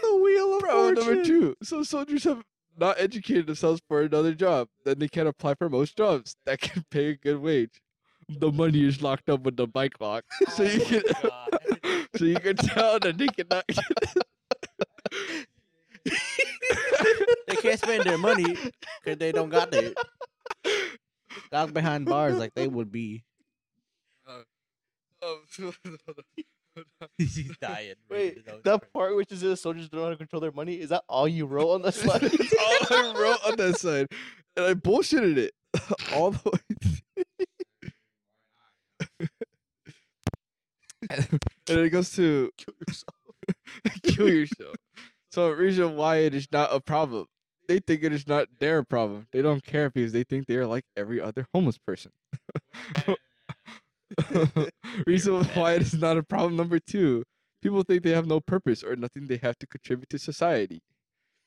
the wheel of Problem number two. So soldiers have not educated themselves for another job. Then they can't apply for most jobs that can pay a good wage. The money is locked up with the bike lock. So you can Oh, so you can tell that they cannot they can't spend their money because they don't got it. Guys behind bars, like they would be. He's dying. Wait, that part which is the soldiers don't know how to control their money, is that all you wrote on the slide? That's all I wrote on that side. And I bullshitted it all the way. and then it goes to kill yourself. so the reason why it is not a problem. They think it is not their problem. They don't care because they think they are like every other homeless person. reason why it is not a problem number two. People think they have no purpose or nothing they have to contribute to society.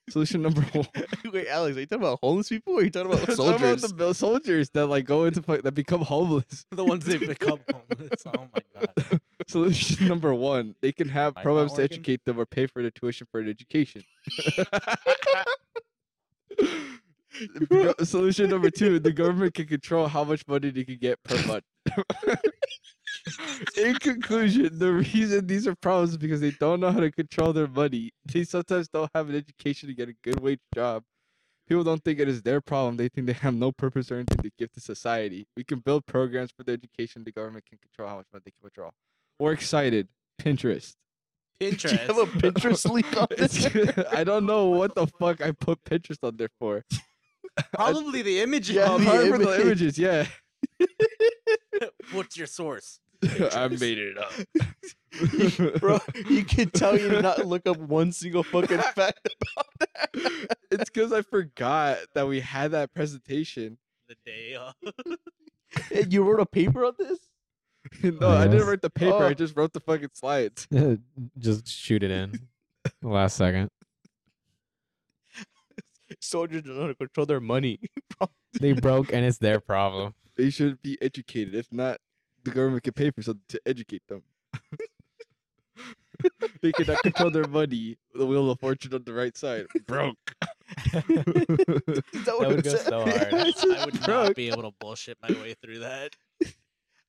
Solution number one. Wait, Alex, are you talking about homeless people or are you talking about Talk about soldiers? the mil- soldiers that like go into fight that become homeless. the ones that become homeless. Oh my god. Solution number one: they can have Might not programs to working. educate them or pay for their tuition for an education. Go- Solution number two: the government can control how much money they can get per month. In conclusion, the reason these are problems is because they don't know how to control their money. They sometimes don't have an education to get a good wage job. People don't think it is their problem. They think they have no purpose or anything to give to society. We can build programs for the education. The government can control how much money they can withdraw. We're excited. Pinterest. Do you have a Pinterest. Pinterest link on this? It's- I don't know what the fuck I put Pinterest on there for. Probably the images. Yeah, Oh, the apart from image. the images, yeah. What's your source? I made it up. Bro, you can tell you did not look up one single fucking fact. it's because I forgot that we had that presentation. The day of. And you wrote a paper on this? no, I yes. didn't write the paper. Oh. I just wrote the fucking slides. Just shoot it in. Last second. Soldiers don't know how to control their money. They broke and it's their problem. They should be educated. If not, the government can pay for something to educate them. they cannot control their money. The wheel of fortune on the right side. Broke. Is that That what would it go said? so hard. It's I just would broke. not be able to bullshit my way through that.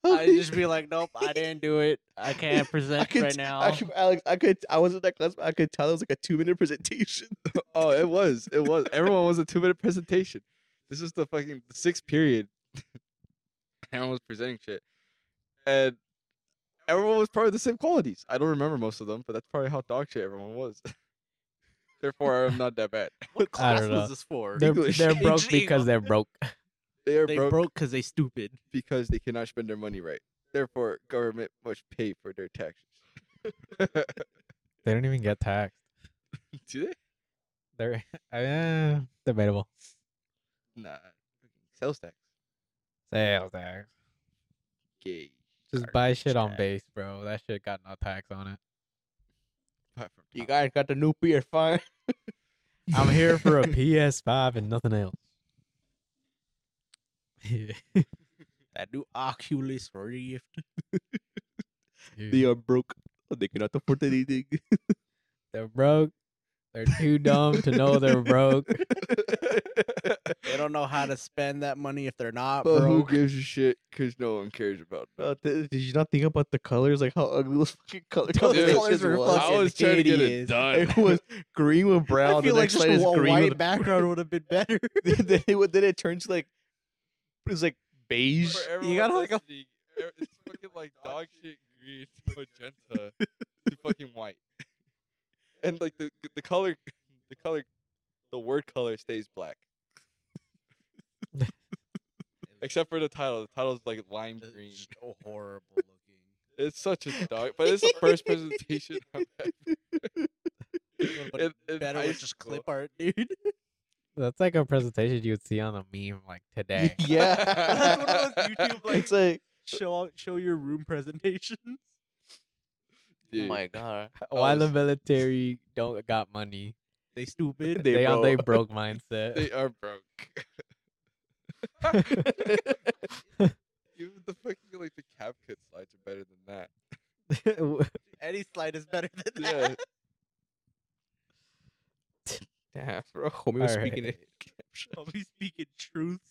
I'd just be like, nope, I didn't do it. I can't present I could, right t- now. I could, Alex, I could. I was in that class. but I could tell it was like a two-minute presentation. oh, it was. It was. Everyone was a two minute presentation. This is the fucking sixth period. everyone was presenting shit. And everyone was probably the same qualities. I don't remember most of them, but that's probably how dog shit everyone was. Therefore, I'm not that bad. what I class don't know. was this for? They're, English. they're It's broke because English. they're broke. They are They broke, broke because they stupid. because they cannot spend their money right. Therefore, government must pay for their taxes. They don't even get taxed. Do they? They're uh, debatable. Nah. Sales tax. Sales tax. Gay. Just buy shit on base, bro. That shit got no tax on it. Platform You tax. guys got the new beer fine. I'm here for a PS5 and nothing else. That new Oculus Rift. Mm. are broke. They cannot afford anything. They're broke. They're too dumb to know they're broke. They don't know how to spend that money if they're not But who broke. gives a shit? Cause no one cares about Bro, th- did you not think about the colors? Like how ugly those fucking color Those combinations colors were was? fucking idiots. It was green with brown. I feel the like next just light a is wa- green white with background would have been better. then, it, would- then it turns like it was like beige. you gotta like a- e, It's fucking like dog shit green to magenta to fucking white, and like the the color, the color, the word color stays black. Except for the title. The title's like lime It's green. so horrible looking. It's such a dog, but it's the first presentation. I've had. But It- it's better high was just school. clip art, dude. That's like a presentation you would see on a meme like today. yeah, That's one of those YouTube, like- it's like show show your room presentations. oh Dude, my god, Why the was- military don't got money? They stupid. They on they broke. broke mindset. they are broke. Even the fucking like the cap cut slides are better than that. Any slide is better than that. Yeah, damn, bro, homie was Alright. speaking it. I'll be speaking truths.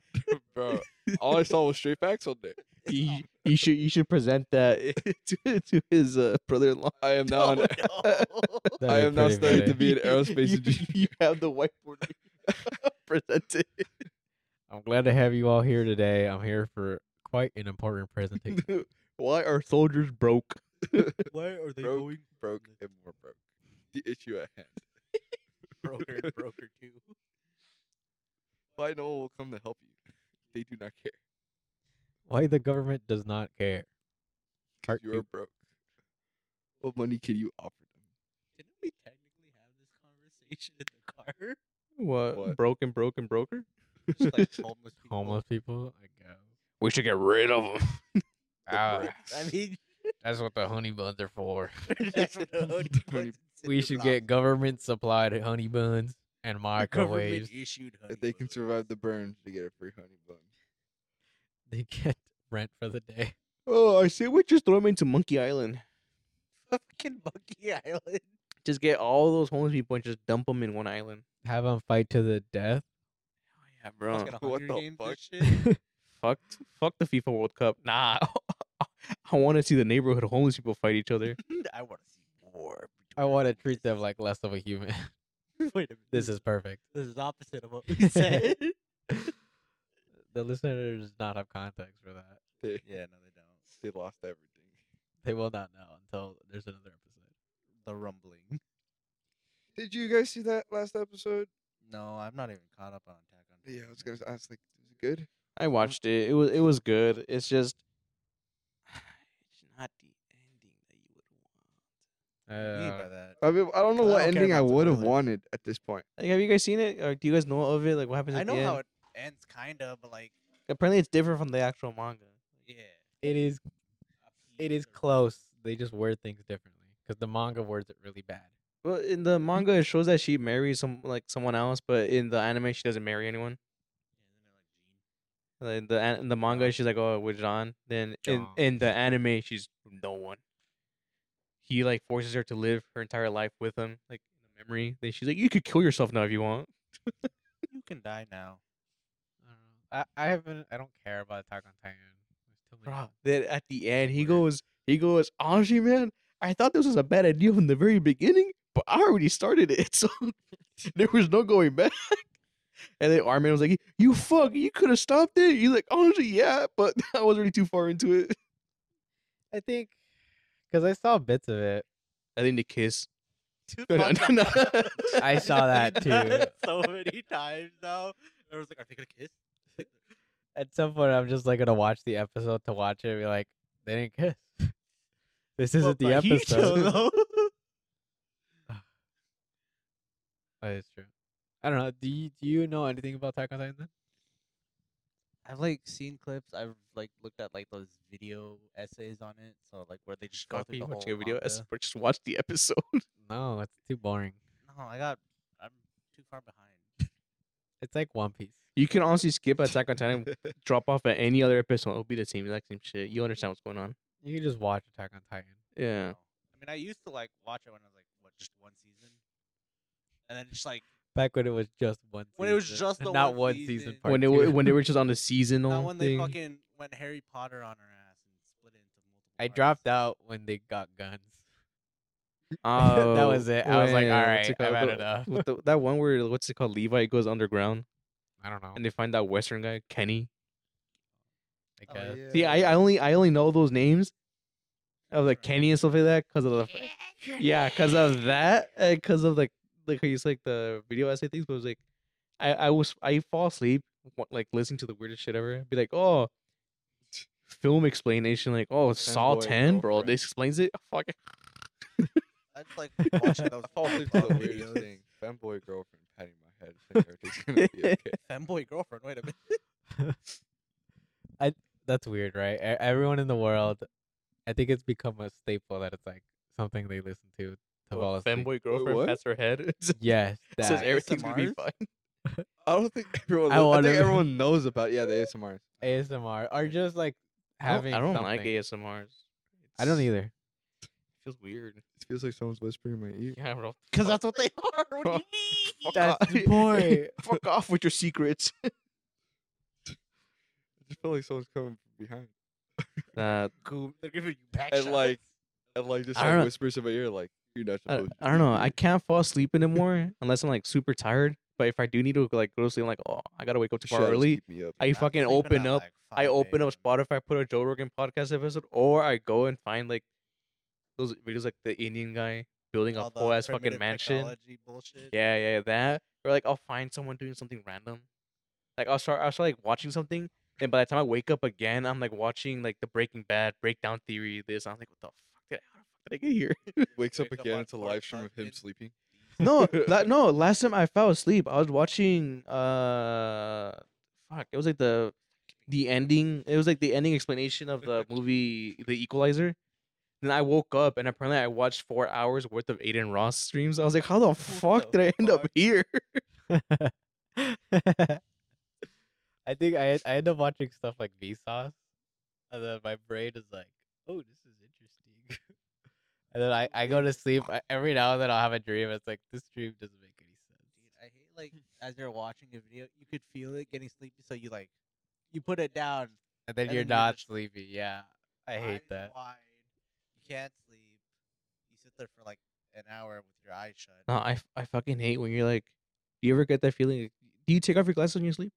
bro. All I saw was straight facts on there. You, you should you should present that to, to his uh, brother-in-law. I am now an, I am now not studying to be an aerospace you, engineer. you have the whiteboard presented. I'm glad to have you all here today. I'm here for quite an important presentation. Why are soldiers broke? Why are they Broke. going broke and more broke. The issue at hand. broker and broker too? Why no one will come to help you? They do not care. Why the government does not care. 'cause Part You are two. broke. What money can you offer them? Didn't we technically have this conversation in the car? What? What? Broken, broken, broker? Just like homeless people. Homeless people, I guess. We should get rid of them. The Ah, bricks. I mean, That's what the honey buns are for. that's what the hood Honey- buns and We cinder should get blocks. government supplied honey buns and government microwaves. issued. honey If they can buns. survive the burn, they get a free honey bun. They get rent for the day. Oh, I say we just throw them into Monkey Island. fucking Monkey Island. Just get all those homeless people and just dump them in one island. Have them fight to the death. Oh, yeah, bro. Let's get a what Hunger the Games and fuck? shit. Fuck, fuck the FIFA World Cup. Nah, I want to see the neighborhood homeless people fight each other. I want to see war. I want to treat them like less of a human. between- Wait a minute. this is perfect. this is opposite of what we said. The listener does not have context for that. They, yeah, no, they don't. they lost everything. They will not know until there's another episode. The rumbling. Did you guys see that last episode? No, I'm not even caught up on Attack on. Yeah, I was gonna Titan. ask like, is it good? I watched it. It was it was good. It's just it's not the ending that Uh, What do you would want. you mean by oh, that? I mean, I don't know I Uh, don't what care ending I about the would have spoilers. wanted at this point. Like, have you guys seen it? Or do you guys know of it? Like, what happens? I at the know how end? it ends, kind of, but like, Apparently, it's different from the actual manga. yeah. It is a it piece is or- close. They just word things differently because the manga words it really bad. Well, in the manga, it shows that she marries some like someone else, but in the anime, she doesn't marry anyone. Like the an- in the manga, she's like, "Oh, with John." Then in, John. in the anime, she's no one. He like forces her to live her entire life with him, like in the memory. Then she's like, "You could kill yourself now if you want." You can die now. I don't know. I, I haven't. I don't care about Attack on Titan. There's too many. Bro, then at the end, he Weird. goes, he goes, Anji, man, I thought this was a bad idea from the very beginning, but I already started it, so there was no going back. And then Armin was like, "You fuck, you could have stopped it." He's like, "Anji, yeah, but I was already too far into it." I think because I saw bits of it. I think the kiss. Dude, No, no, fuck no, off. no. I saw I've that seen too. so many times now. I was like, are they gonna kiss? Like, At some point, I'm just like gonna watch the episode to watch it. And be like, they didn't kiss. this well, isn't the but he chose episode. though. Oh, it's true. I don't know. Do you, do you know anything about Attack on Titan? Then? I've like seen clips. I've like looked at like those video essays on it. So like where they just go Fuck, through you the whole watching a video? manga. as- or Just watch the episode. No, it's too boring. No, I got. I'm too far behind. It's like One Piece. You can honestly skip Attack on Titan, drop off at any other episode. It'll be the same exact same shit. You understand what's going on? You can just watch Attack on Titan. Yeah. know. I mean, I used to like watch it when I was like what just one season, and then just like Back when it was just one. When it was season, just the not one one season. part when it two. w- when they were just on the not seasonal when they thing. fucking went Harry Potter on her ass and split it into multiple. I parts. dropped out when they got guns. that Oh, was it. I was like, when- all what's right, it I've called? had The- enough. what the- that one where what's it called? Levi goes underground I don't know. and they find that Western guy Kenny. Oh, I guess. See, I, I only I only know those names of like Kenny and stuff like that because of the yeah, because of that, because of like like how you said, like the video essay things. But it was like, I I was I fall asleep wa- like listening to the weirdest shit ever. Be like, oh, film explanation, like oh, it's Saw Fanboy Ten, bro. girlfriend. This explains it. Fuck it. I just like watching those I fall asleep to the weirdest thing. Femboy girlfriend patting my head. saying everything's gonna be okay. Femboy girlfriend. Wait a minute. That's weird, right? E- Everyone in the world, I think it's become a staple that it's like something they listen to. to fall Well, asleep. Femboy girlfriend what? pats her head. Yes, that. Says everything's gonna be ASMRs? fine. I don't think everyone. I I, wanna- think everyone knows about yeah the ASMRs. ASMR or just like I don't- having. I don't something. like ASMRs. I don't It's- either. It feels weird. It feels like someone's whispering in my ear. Yeah, bro. Because that's what they are. What do you mean? Fuck off. point. Fuck off with your secrets. I just feel like someone's coming from behind Uh, Cool. They're giving you back and shots. like and like just I like don't- whispers in my ear like you're not I, supposed. to I don't know. I can't fall asleep anymore unless I'm like super tired. But if I do need to like go to sleep, I'm like, oh, I gotta wake up tomorrow Shadows early. keep me up. I I'm fucking sleeping open at, up. like, I 5 open up a.m.. Spotify, put a Joe Rogan podcast episode, or I go and find like those videos like the Indian guy building All a the whole ass fucking primitive mansion. technology Bullshit. Yeah, yeah, that. Or like I'll find someone doing something random. Like I'll start I'll start like watching something and by the time I wake up again, I'm like watching like the breaking bad, breakdown theory, this. I'm like, what the fuck did I how the fuck did I get here? wakes up Wake up again. on It's a Forrest live stream of Gump, him dude. sleeping. no, la- no, last time I fell asleep, I was watching uh fuck, it was like the the ending it was like the ending explanation of the movie The Equalizer. Then I woke up and apparently I watched four hours worth of Aiden Ross streams. I was like, how the fuck the did I end up fuck? here? I think I I end up watching stuff like Vsauce, and then my brain is like, "Oh, this is interesting." and then I, I go to sleep. I, every now and then I'll have a dream. It's like this dream doesn't make any sense. Dude, I hate like as you're watching a video, you could feel it getting sleepy, so you like you put it down. And then And you're then you're not just sleepy. Yeah, I hate eyes that. Wide. You can't sleep. You sit there for like an hour with your eyes shut. No, I, f- I fucking hate when you're like, do you ever get that feeling? like, Do you take off your glasses when you sleep?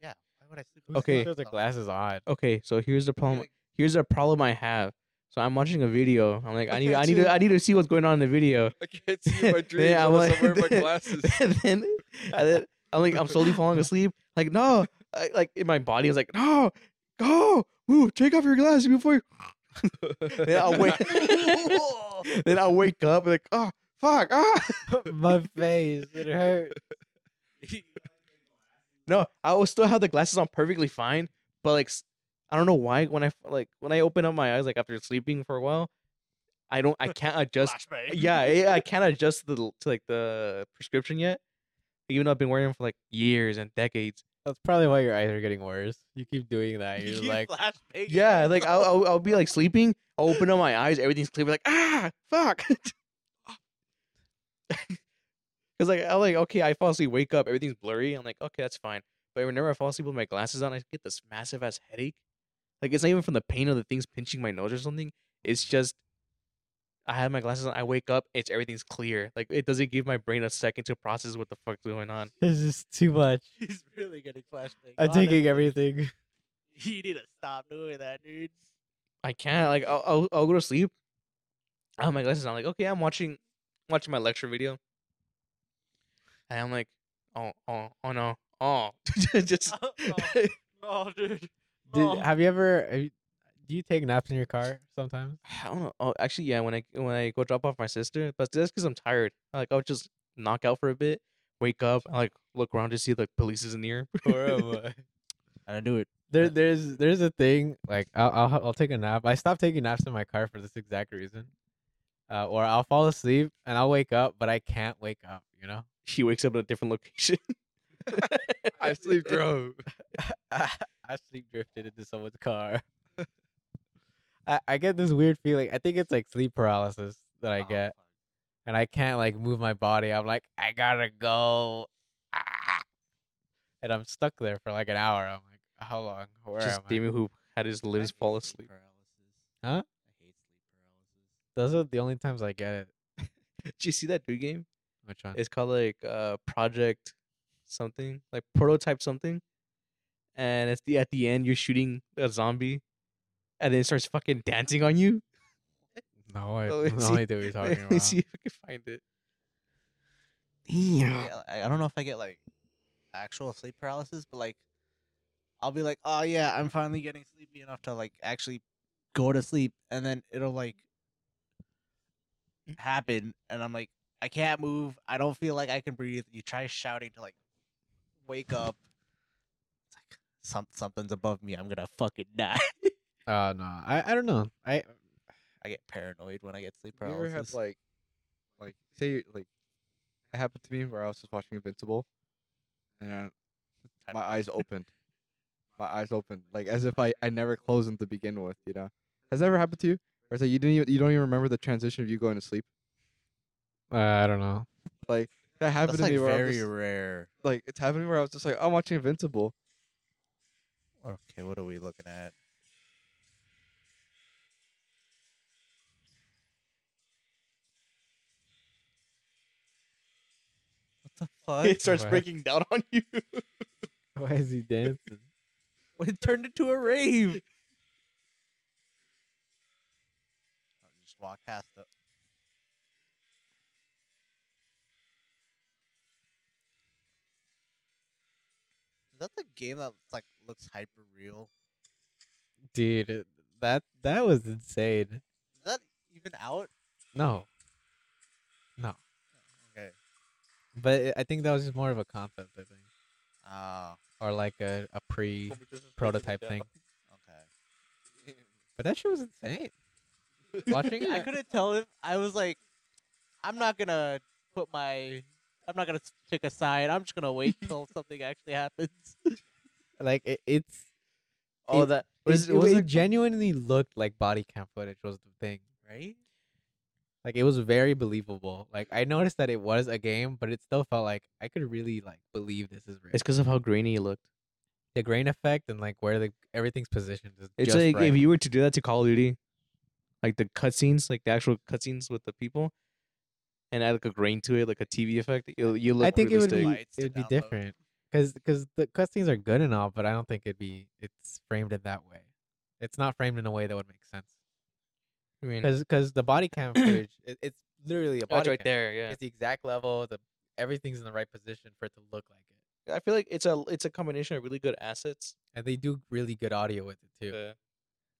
Yeah. Why would I sleep? Who with Okay. sleeps with the glasses on. Okay, so here's the problem. Like, Here's the problem I have. So I'm watching a video. I'm like, I need, I need to, I need to see what's going on in the video. I can't see my dreams. I'm I'm like- somewhere in my glasses. and then, and then I'm like, I'm slowly falling asleep. Like, no, I, like in my body is like, no, go, woo, take off your glasses before. You... then I'll wake, then I'll wake up like, oh, fuck, ah. my face, it hurts. No, I will still have the glasses on perfectly fine, but like s- I don't know why when I f- like when I open up my eyes like after sleeping for a while, I don't I can't adjust. flashbang. yeah, I, I can't adjust to the to like the prescription yet. Even though I've been wearing them for like years and decades. That's probably why your eyes are getting worse. You keep doing that. You're You like, flashbang Yeah, yourself. like I'll I'll, I'll be like sleeping, I'll open up my eyes, everything's clear, like ah fuck. Cause like I like okay, I fall asleep, wake up, everything's blurry. I'm like okay, that's fine. But whenever I fall asleep with my glasses on, I get this massive ass headache. Like it's not even from the pain of the things pinching my nose or something. It's just I have my glasses on. I wake up. It's everything's clear. Like it doesn't give my brain a second to process what the fuck's going on. this is too much. He's really getting flashbang. I'm taking everything. You need to stop doing that, dude. I can't. Like I'll I'll, I'll go to sleep. I have my glasses on. Like okay, I'm watching watching my lecture video, and I'm like, oh oh oh no oh just Oh, oh, dude. Did, Oh. Have you ever? Have you, do you take naps in your car sometimes? I don't know. Oh, actually, yeah. When I when I go drop off my sister, but that's because I'm tired. Like I'll just knock out for a bit, wake up, and like look around to see if the police is in the air. I do it. there, there's there's a thing like I'll, I'll I'll take a nap. I stopped taking naps in my car for this exact reason, uh, or I'll fall asleep and I'll wake up, but I can't wake up. You know, she wakes up in a different location. I sleep through. I sleep drifted into someone's car. I, I get this weird feeling. I think it's like sleep paralysis that I get. and I can't like move my body. I'm like, I gotta go, Ah. and I'm stuck there for like an hour. I'm like, how long? Where am Just I? Damien who had his limbs fall asleep. Paralysis. Huh? I hate sleep paralysis. Those are the only times I get it. Did you see that dude game? Which one? It's called like uh Project something, like prototype something. And it's the at the end you're shooting a zombie and then it starts fucking dancing on you. no, I, Oh, no see- idea what you're Let talking me about. see if I can find it. Yeah, I, I don't know if I get like actual sleep paralysis, but like I'll be like, oh yeah, I'm finally getting sleepy enough to like actually go to sleep, and then it'll like happen, and I'm like, I can't move, I don't feel like I can breathe. You try shouting to like wake up. It's like some something's above me. I'm gonna fucking die. Uh, no, I, I don't know. I I get paranoid when I get sleep You ever paralysis. had like, like say like, it happened to me where I was just watching Invincible, and Time my to- eyes opened, my eyes opened like as if I I never closed them to begin with. You know, has that ever happened to you? Or it's like you didn't even, you don't even remember the transition of you going to sleep. uh, I don't know. Like that happened That's like to me where I was very just- rare. like it's happening where I was just like I'm watching Invincible. Okay, what are we looking at? What the fuck? It starts What? breaking down on you. Why is he dancing? it turned into a rave. Just walk past it. Is that the game that like looks hyper real? Dude, it- that that was insane. Is that even out? No, Okay. but it- I think that was just more of a concept, I think, Oh, or like a, a pre prototype thing. okay. But that shit was insane. Watching I it- couldn't tell if I was like, I'm not gonna put my, I'm not gonna s- pick a side. I'm just gonna wait till something actually happens. like it, it's Oh It- that was was it, was it it genuinely looked like body cam footage was the thing. Right? Like it was very believable. Like I noticed that it was a game, but it still felt like I could really like believe this is real. It's because of how grainy it looked. the grain effect and like where the everything's positioned is It's just like right. if you were to do that to Call of Duty, like the cutscenes, like the actual cutscenes with the people, and add like a grain to it, like a TV effect, you you look. I think it would realistic. be Lights it to would be download. different because because the cutscenes are good and all, but I don't think it'd be it's framed in that way. It's not framed in a way that would make sense I mean, because the body cam footage it, it's literally a oh, it's body right cam. there. Yeah, It's the exact level. The everything's in the right position for it to look like it. I feel like it's a it's a combination of really good assets. and they do really good audio with it too. Yeah.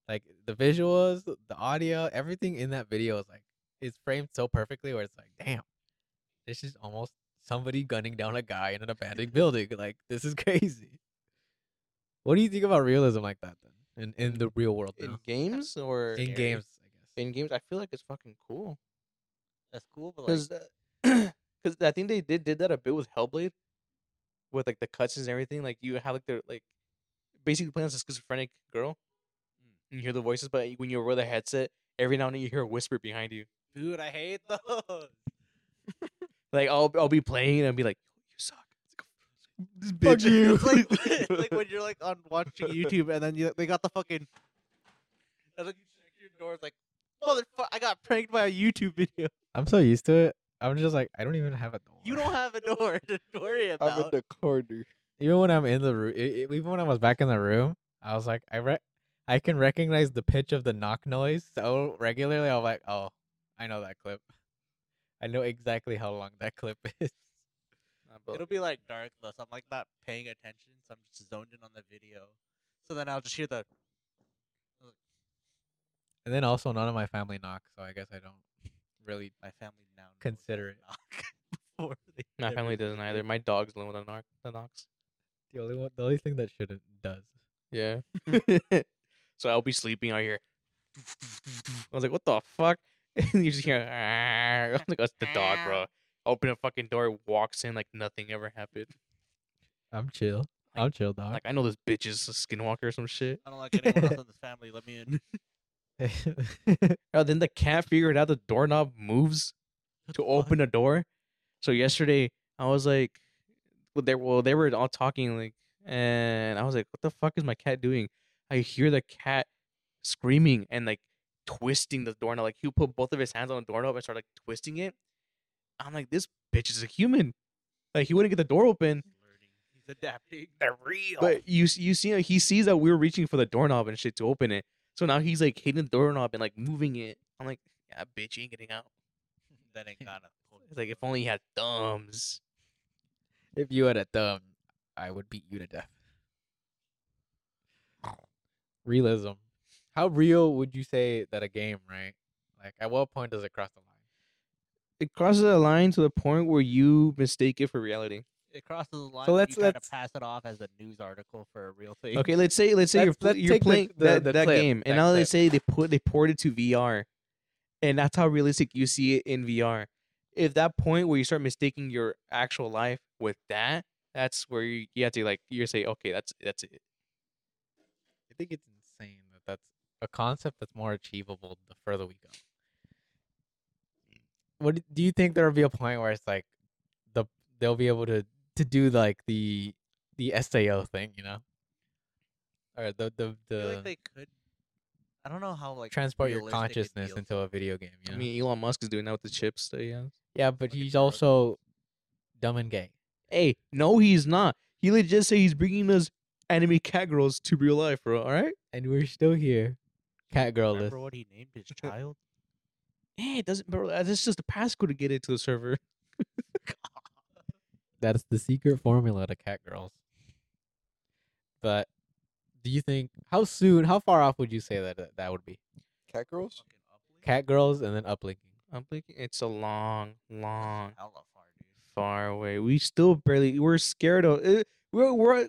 Like the visuals, the audio, everything in that video is like is framed so perfectly where it's like, damn, this is almost somebody gunning down a guy in an abandoned building. Like this is crazy. What do you think about realism like that then? In in the real world in now? games or in games, I guess. in games, I feel like it's fucking cool That's cool, but like, because because I think they did did that a bit with Hellblade, with like the cutscenes and everything. Like you have like the like basically playing as a schizophrenic girl, and you hear the voices, but when you're with a headset, every now and then you hear a whisper behind you. dude, I hate those. Like I'll I'll be playing and I'll be like, you suck. It's like, Fuck this bitch. It's like, it's like when you're like on watching YouTube and then you, they got the fucking, and then you check your door, it's like, motherfucker, I got pranked by a YouTube video. I'm so used to it. I'm just like I don't even have a door. You don't have a door to worry about. I'm in the corner. even when I'm in the room, even when I was back in the room, I was like, I re- I can recognize the pitch of the knock noise so regularly. I'm like, oh, I know that clip. I know exactly how long that clip is. It'll be like dark though, so I'm like not paying attention, so I'm just zoned in on the video. So then I'll just hear the And then also, none of my family knock, so I guess I don't really. my family now knows Consider to knock before they My ever family do doesn't it. either. My dog's the one that knock that knocks. The only one, the only thing that shouldn't does. Yeah. so I'll be sleeping out here. I was like, what the fuck? And you just hear, "Ah." I'm like, that's the dog, bro. Open a fucking door, walks in like nothing ever happened. I'm chill. I'm chill, dog. Like, I know this bitch is a skinwalker or some shit. I don't like anyone else in this family. Let me in. Oh, then the cat figured out the doorknob moves. to open a door. So yesterday I was like, well, they well they were all talking like, and I was like, what the fuck is my cat doing? I hear the cat screaming and like twisting the doorknob. Like he put both of his hands on the doorknob and started like twisting it. I'm like, this bitch is a human. Like he wouldn't get the door open, Learning. He's adapting. they're real. But you s- you see, like, he sees that we were reaching for the doorknob and shit to open it. So now he's like hitting the doorknob and like moving it. I'm like, yeah, bitch, you ain't getting out. That ain't gonna. hold It's like you if only he had thumbs. If you had a thumb, I would beat you to death. Realism. How real would you say that a game, right? Like, at what point does it cross the line? It crosses a line to the point where you mistake it for reality. It crosses the line. So when let's- you try to let's- pass it off as a news article for a real thing. Okay, let's say let's say Let's- you're let's pl- you're take the- playing the- that, the that clip, game, and that now clip. let's say they put they port it to VR, and that's how realistic you see it in VR. If that point where you start mistaking your actual life with that, that's where you, you have to like you say, okay, that's that's it. I think it's insane that that's a concept that's more achievable the further we go. What d- do you think there'll be a point where it's like the they'll be able to to do like the the SAO thing, you know? Or the the I feel the like they could. I don't know how like transport your realistic it consciousness feels. into a video game, you I know? mean, Elon Musk is doing that with the chips. That he has. yeah, but like a he's drug. also dumb and gay. Hey, no, he's not. He legit say he's bringing us anime cat girls to real life, bro. All right. And we're still here. Cat girl list. Remember what he named his child? Hey, it doesn't, bro. That's just the passcode to get into the server. That's the secret formula to cat girls. But do you think how soon, how far off would you say that that, that would be? Cat girls? Fucking uplink? Cat girls and then uplinking. I'm thinking it's a long, long, Hella far, dude. far away. We still barely. We're scared of. eh, We're we're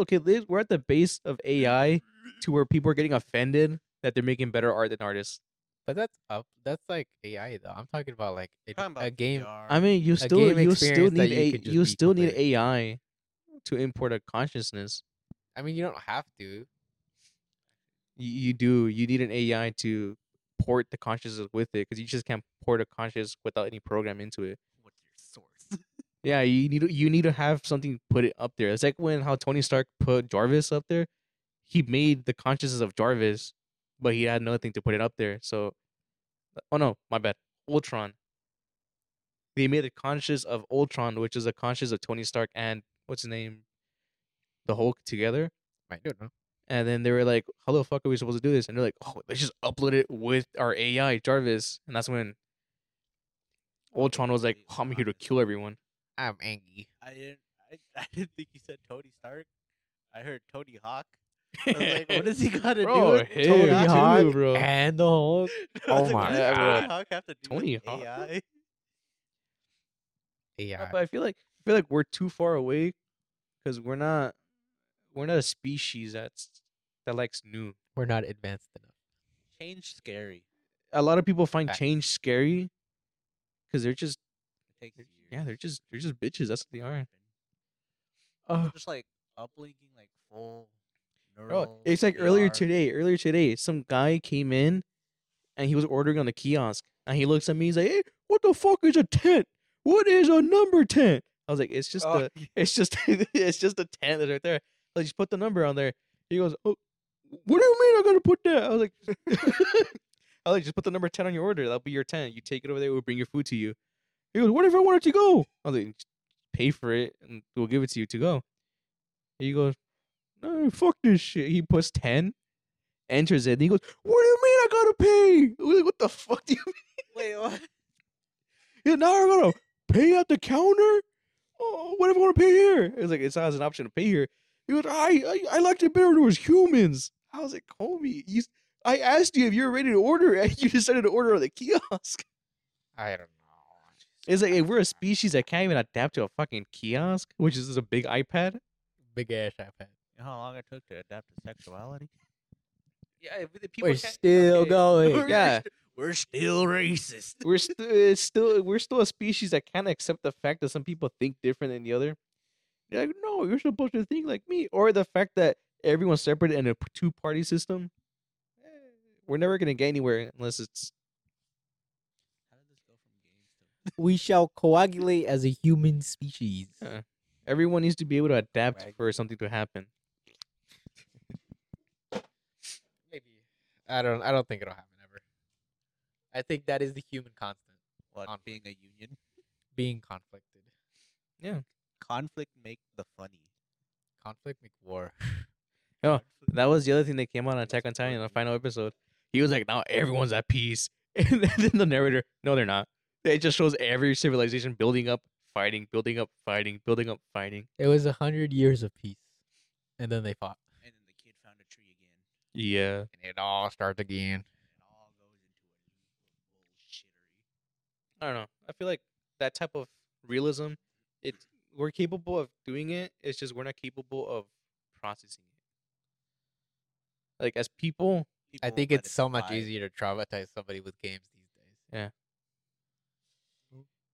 okay. Liz, We're at the base of AI to where people are getting offended that they're making better art than artists. But that's up. That's like AI though. I'm talking about like a, Talking about a game. VR. I mean, you still game you still experience that need you a could just you be still need completely- AI to import a consciousness. I mean, you don't have to. you, you do you need an AI to port the consciousness with it because you just can't port a conscious without any program into it. what's your source? Yeah, you need to- you need to have something put it up there. It's like when how Tony Stark put Jarvis up there. He made the consciousness of Jarvis, but he had nothing to put it up there. So, oh no, my bad. Ultron. They made the conscious of Ultron, which is a conscious of Tony Stark and what's his name, the Hulk together. I don't know. And then they were like, "How the fuck are we supposed to do this?" And they're like, "Oh, let's just upload it with our AI, Jarvis." And that's when Ultron was like, "Oh, "I'm here to kill everyone." I'm angry. I didn't. I, I didn't think you said Tony Stark. I heard Tony Hawk. I was like, what does he got to do? bro, with hell Tony yeah, Hawk too, bro. And the whole I was Oh like, my what does God. Tony Hawk have to do Tony with Hawk? AI? AI. But I feel like I feel like we're too far away because we're not we're not a species that's that likes new. We're not advanced enough. Change scary. A lot of people find Facts. change scary because they're just It takes years. yeah they're just they're just bitches. That's what they are. They're Oh, just like uplinking like full. Bro, Neural it's like earlier today. today. Earlier today, some guy came in and he was ordering on the kiosk, and he looks at me. He's like, "Hey, what the fuck is a tent? What is a number tent?" I was like, "It's just Oh, a, it's just, it's just a tent that's right there." Like, just put the number on there. He goes, "Oh, what do you mean I'm gonna put that?" I was like, "I was like, just put the number ten on your order. That'll be your tent. You take it over there. We'll bring your food to you." He goes, "What if I wanted to go?" I was like, "Just "Pay for it, and we'll give it to you to go." He goes, no, fuck this shit. He puts 10, enters it, and he goes, What do you mean I gotta pay? I was like, What the fuck do you mean? Wait, what? He's like, Now I gotta pay at the counter? Oh, what if I wanna pay here? It's like, It's not as an option to pay here. He goes, I, I, I liked it better when it was humans. I was like, Homie, you, s- I asked you if you were ready to order, and you decided to order on the kiosk. I don't know. It's like, hey, we're a species that can't even adapt to a fucking kiosk, which is just a big iPad. Big ass iPad. You know how long it took to adapt to sexuality? Yeah, people We're still going. Yeah. We're still racist. we're still it's still we're still a species that can't accept the fact that some people think different than the other. You're like, no, you're supposed to think like me, or the fact that everyone's separate in a two party system. Eh, We're never gonna get anywhere unless it's How did this go from games to we shall coagulate as a human species. Yeah. Everyone needs to be able to adapt Wag. for something to happen. Maybe I don't. I don't think it'll happen ever. I think that is the human constant, What Conflict. being a union being conflicted. conflict make the funny. Conflict make war. Oh, That was the other thing that came out on Attack on Titan in the final episode. He was like, now everyone's at peace. And then the narrator, no, they're not. It just shows every civilization building up, fighting, building up, fighting, building up, fighting. It was a hundred years of peace, and then they fought, And then the kid found a tree again, Yeah. and it all starts again. and it all goes into a bullshittery. I don't know. I feel like that type of realism, it we're capable of doing it. It's just we're not capable of processing it. Like as I people, People think let it's it so much slide. easier to traumatize somebody with games these days.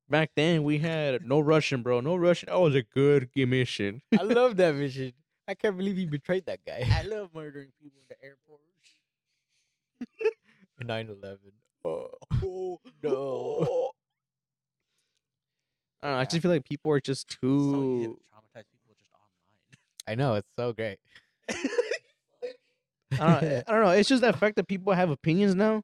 back then we had no Russian, bro. No Russian. That was a good g- mission. I love that vision. I can't believe he betrayed that guy. I love murdering people in the airport. 9 11. Oh no. I don't know. I Yeah. just feel like people are just So easy to too. traumatize people just online. I know, it's so great. I don't, I don't know. It's just that fact that people have opinions now.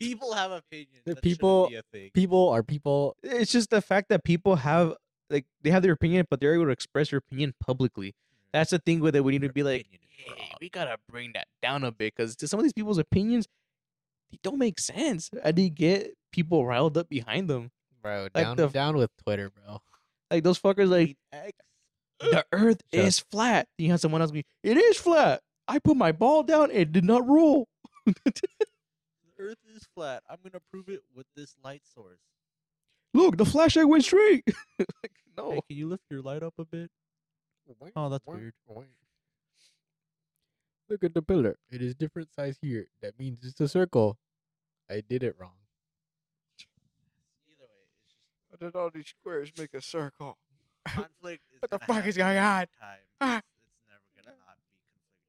people have opinions. The that shouldn't people- be a thing. People are people. It's just the fact that people have like they have their opinion, but they're able to express their opinion publicly. That's the thing with it. We need to be like, opinion is hey, wrong." we gotta bring that down a bit because some of these people's opinions they don't make sense. I did get people riled up behind them. Bro, down, down- the- down with Twitter, bro. Like those fuckers, like Tweet X. the Earth Shut up. is flat. You have someone else be, it is flat. I put my ball down. It did not roll. The Earth is flat. I'm gonna prove it with this light source. Look, the flashlight went straight. like, no. Hey, can you lift your light up a bit? Oh, that's weird. Look at the pillar. It is different size here. That means it's a circle. I did it wrong. Either way, it's just How did all these squares make a circle? conflict is What the gonna fuck is happen going on? every Time. Ah. It's, it's never gonna not be conflicted.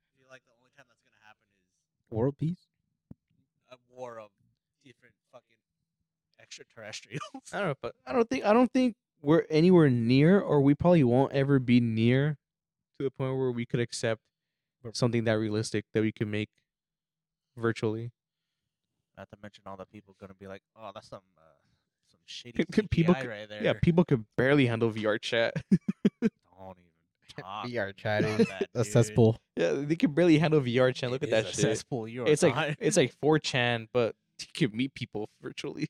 I feel like the only time that's gonna happen is World peace? a war of different fucking extraterrestrials. I don't know, but I don't think I don't think we're anywhere near, or we probably won't ever be near to the point where we could accept something that realistic that we can make virtually. Not to mention all the people gonna be like, oh, that's some uh, some shitty P- people CGI c- right there. Yeah, people could barely handle VR chat. don't even talk. VR about chat is that, A dude. cesspool. yeah, they could barely handle VR chat. Look It at is that a shit. Cesspool. You are It's not. like it's like 4chan, but you can meet people virtually.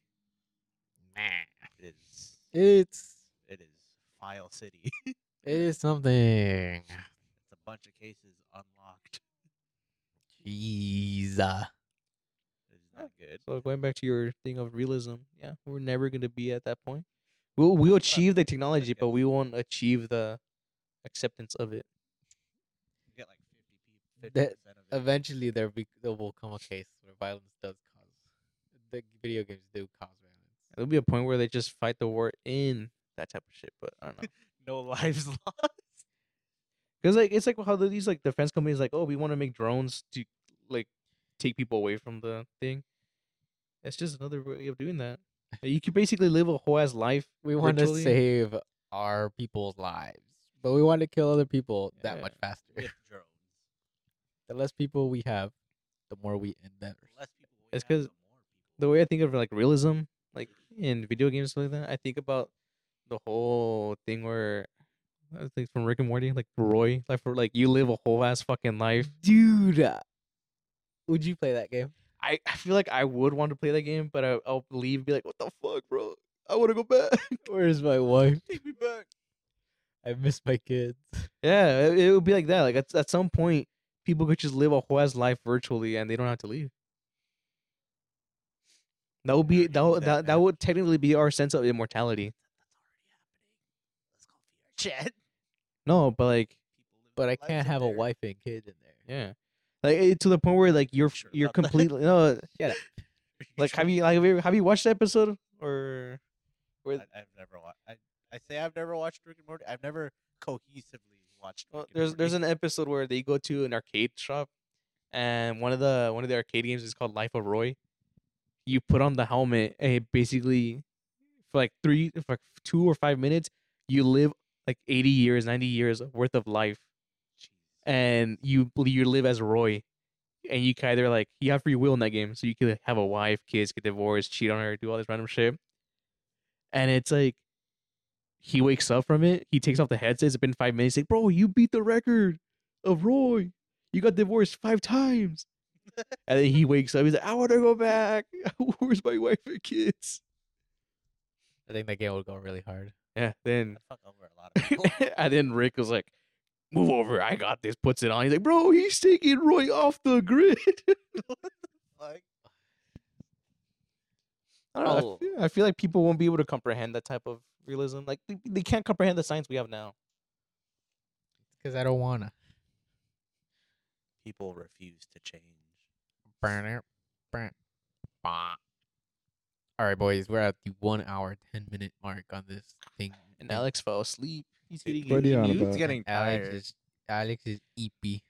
it is. It's. It is file city. It is something. it's a bunch of cases unlocked. Jeez. It's not good. So going back to your thing of realism, yeah, we're never gonna be at that point. We'll we'll achieve the technology, but we won't achieve the acceptance of it. You get like fifty people, That- fifty percent of it. Eventually, there, be, there will come a case where violence does cause. The video games do cause violence. There'll be a point where they just fight the war in that type of shit, but I don't know. No lives lost. Because like it's like how the- these like defense companies like, oh, we want to make drones to like take people away from the thing. That's just another way of doing that. Like, You could basically live a whole ass life. we want to virtually. save our people's lives, but we want to kill other people that Yeah. much faster. With drones, The less people we have, the more we end that. the less people. We It's have, 'cause the more people. The way I think of like realism, like in video games and stuff like that, I think about the whole thing where I think from Rick and Morty, like Roy, like for like you live a whole ass fucking life. Dude, uh, would you play that game? I, I feel like I would want to play that game, but I, I'll leave and be like, what the fuck, bro? I want to go back. Where's my wife? Take me back. I miss my kids. Yeah, it, it would be like that. Like at, at some point, people could just live a whole ass life virtually, and they don't have to leave. That would Yeah, be you that do would, that, that, that man. would technically be our sense of immortality. That's already happening. Let's call VR chat. No, but like People live But their I lives can't up have a there. wife and kids in there. yeah, like it, to the point where like you're Sure you're about that. completely no Shut up. like have you like have you, have you watched the episode or where I, I've never watched. I, I say I've never watched Rick and Morty. I've never cohesively watched. Well, Rick and there's there's Morty. an episode where they go to an arcade shop, and one of the one of the arcade games is called Life of Roy. You put on the helmet, and it basically for like three, for like two or five minutes, you live like 80 years, 90 years worth of life, and you you live as Roy, and you can either like you have free will in that game, so you can have a wife, kids, get divorced, cheat on her, do all this random shit, and it's like. He wakes up from it. He takes off the headset. It's been five minutes. He's like, bro, you beat the record of Roy. You got divorced five times. And then he wakes up. He's like, I want to go back. Where's my wife and kids? I think that game would go really hard. Yeah. Then That fuck over a lot of people. and then Rick was like, Move over. I got this. Puts it on. He's like, Bro, he's taking Roy off the grid. Like, I don't know. Oh. I feel, I feel like people won't be able to comprehend that type of realism. Like they, they can't comprehend the science we have now. Because I don't wanna. people refuse to change. Burn it. Burn. All right, boys, we're at the one hour ten minute mark on this thing. And Alex fell asleep. He's Dude, hitting what do it. you on dude's about? getting Alex tired. is Alex is eepy.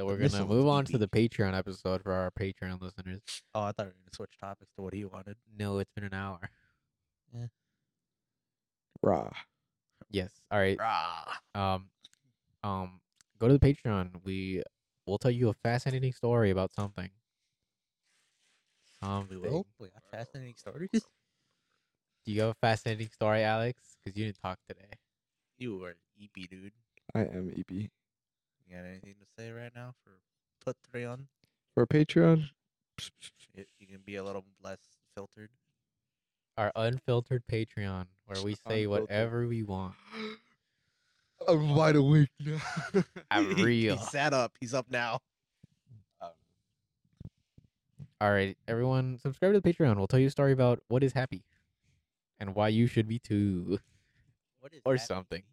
So we're missile gonna move on to eepy. the E Patreon episode for our Patreon listeners. Oh, I thought we were gonna switch topics to what he wanted. No, it's been an hour. Raw. Yes. All right. Rah. Um, um, go to the Patreon. We will tell you a fascinating story about something. Um, We will. We got fascinating stories. Do you have a fascinating story, Alex? Because you didn't talk today. You were EP dude. I am E EP. You got anything to say right now for put three on? For Patreon, You you can be a little less filtered. Our unfiltered Patreon, where we say Unfiltered. whatever we want. I'm wide awake now. I'm He- he- real. He sat up. He's up now. Um, All right, everyone, subscribe to the Patreon. We'll tell you a story about what is happy, and why you should be too. What is Or happening to something. you?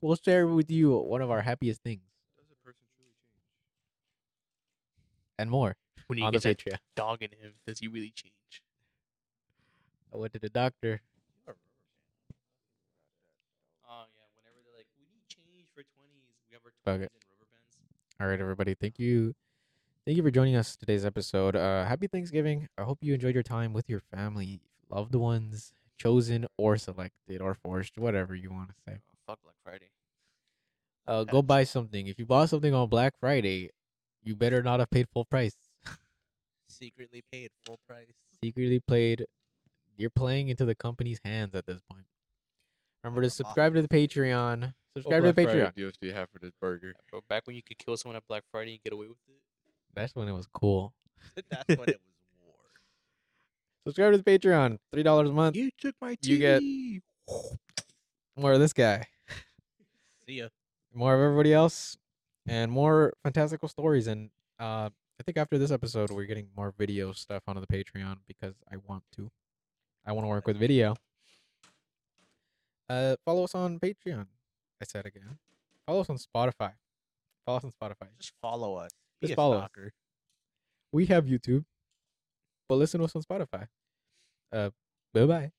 We'll share with you one of our happiest things and more When you on the get that Patreon. dog in him, does he really change? I went to the doctor. Oh yeah, whenever they're like, we need change for twenties. We have our Fuck twenties it. and rubber bands. All right, everybody. Thank you. Thank you for joining us today's episode. Uh, happy Thanksgiving. I hope you enjoyed your time with your family, loved ones, chosen or selected or forced, whatever you want to say. Oh, fuck Black Friday. Uh, go buy something. If you bought something on Black Friday, you better not have paid full price. Secretly paid full price. Secretly played. You're playing into the company's hands at this point. Remember to subscribe to the Patreon. Subscribe to the Patreon. Deals do you have for this burger? But back when you could kill someone at Black Friday and get away with it. That's when it was cool. That's when it was war. Subscribe to the Patreon. Three dollars a month. You took my You get- More of this guy. See ya. more of everybody else and more fantastical stories and uh i think after this episode we're getting more video stuff onto the patreon because i want to i want to work with video uh follow us on patreon i said again follow us on spotify follow us on spotify Just follow us. Be Just a follow us. stalker. we have youtube but listen to us on spotify uh bye-bye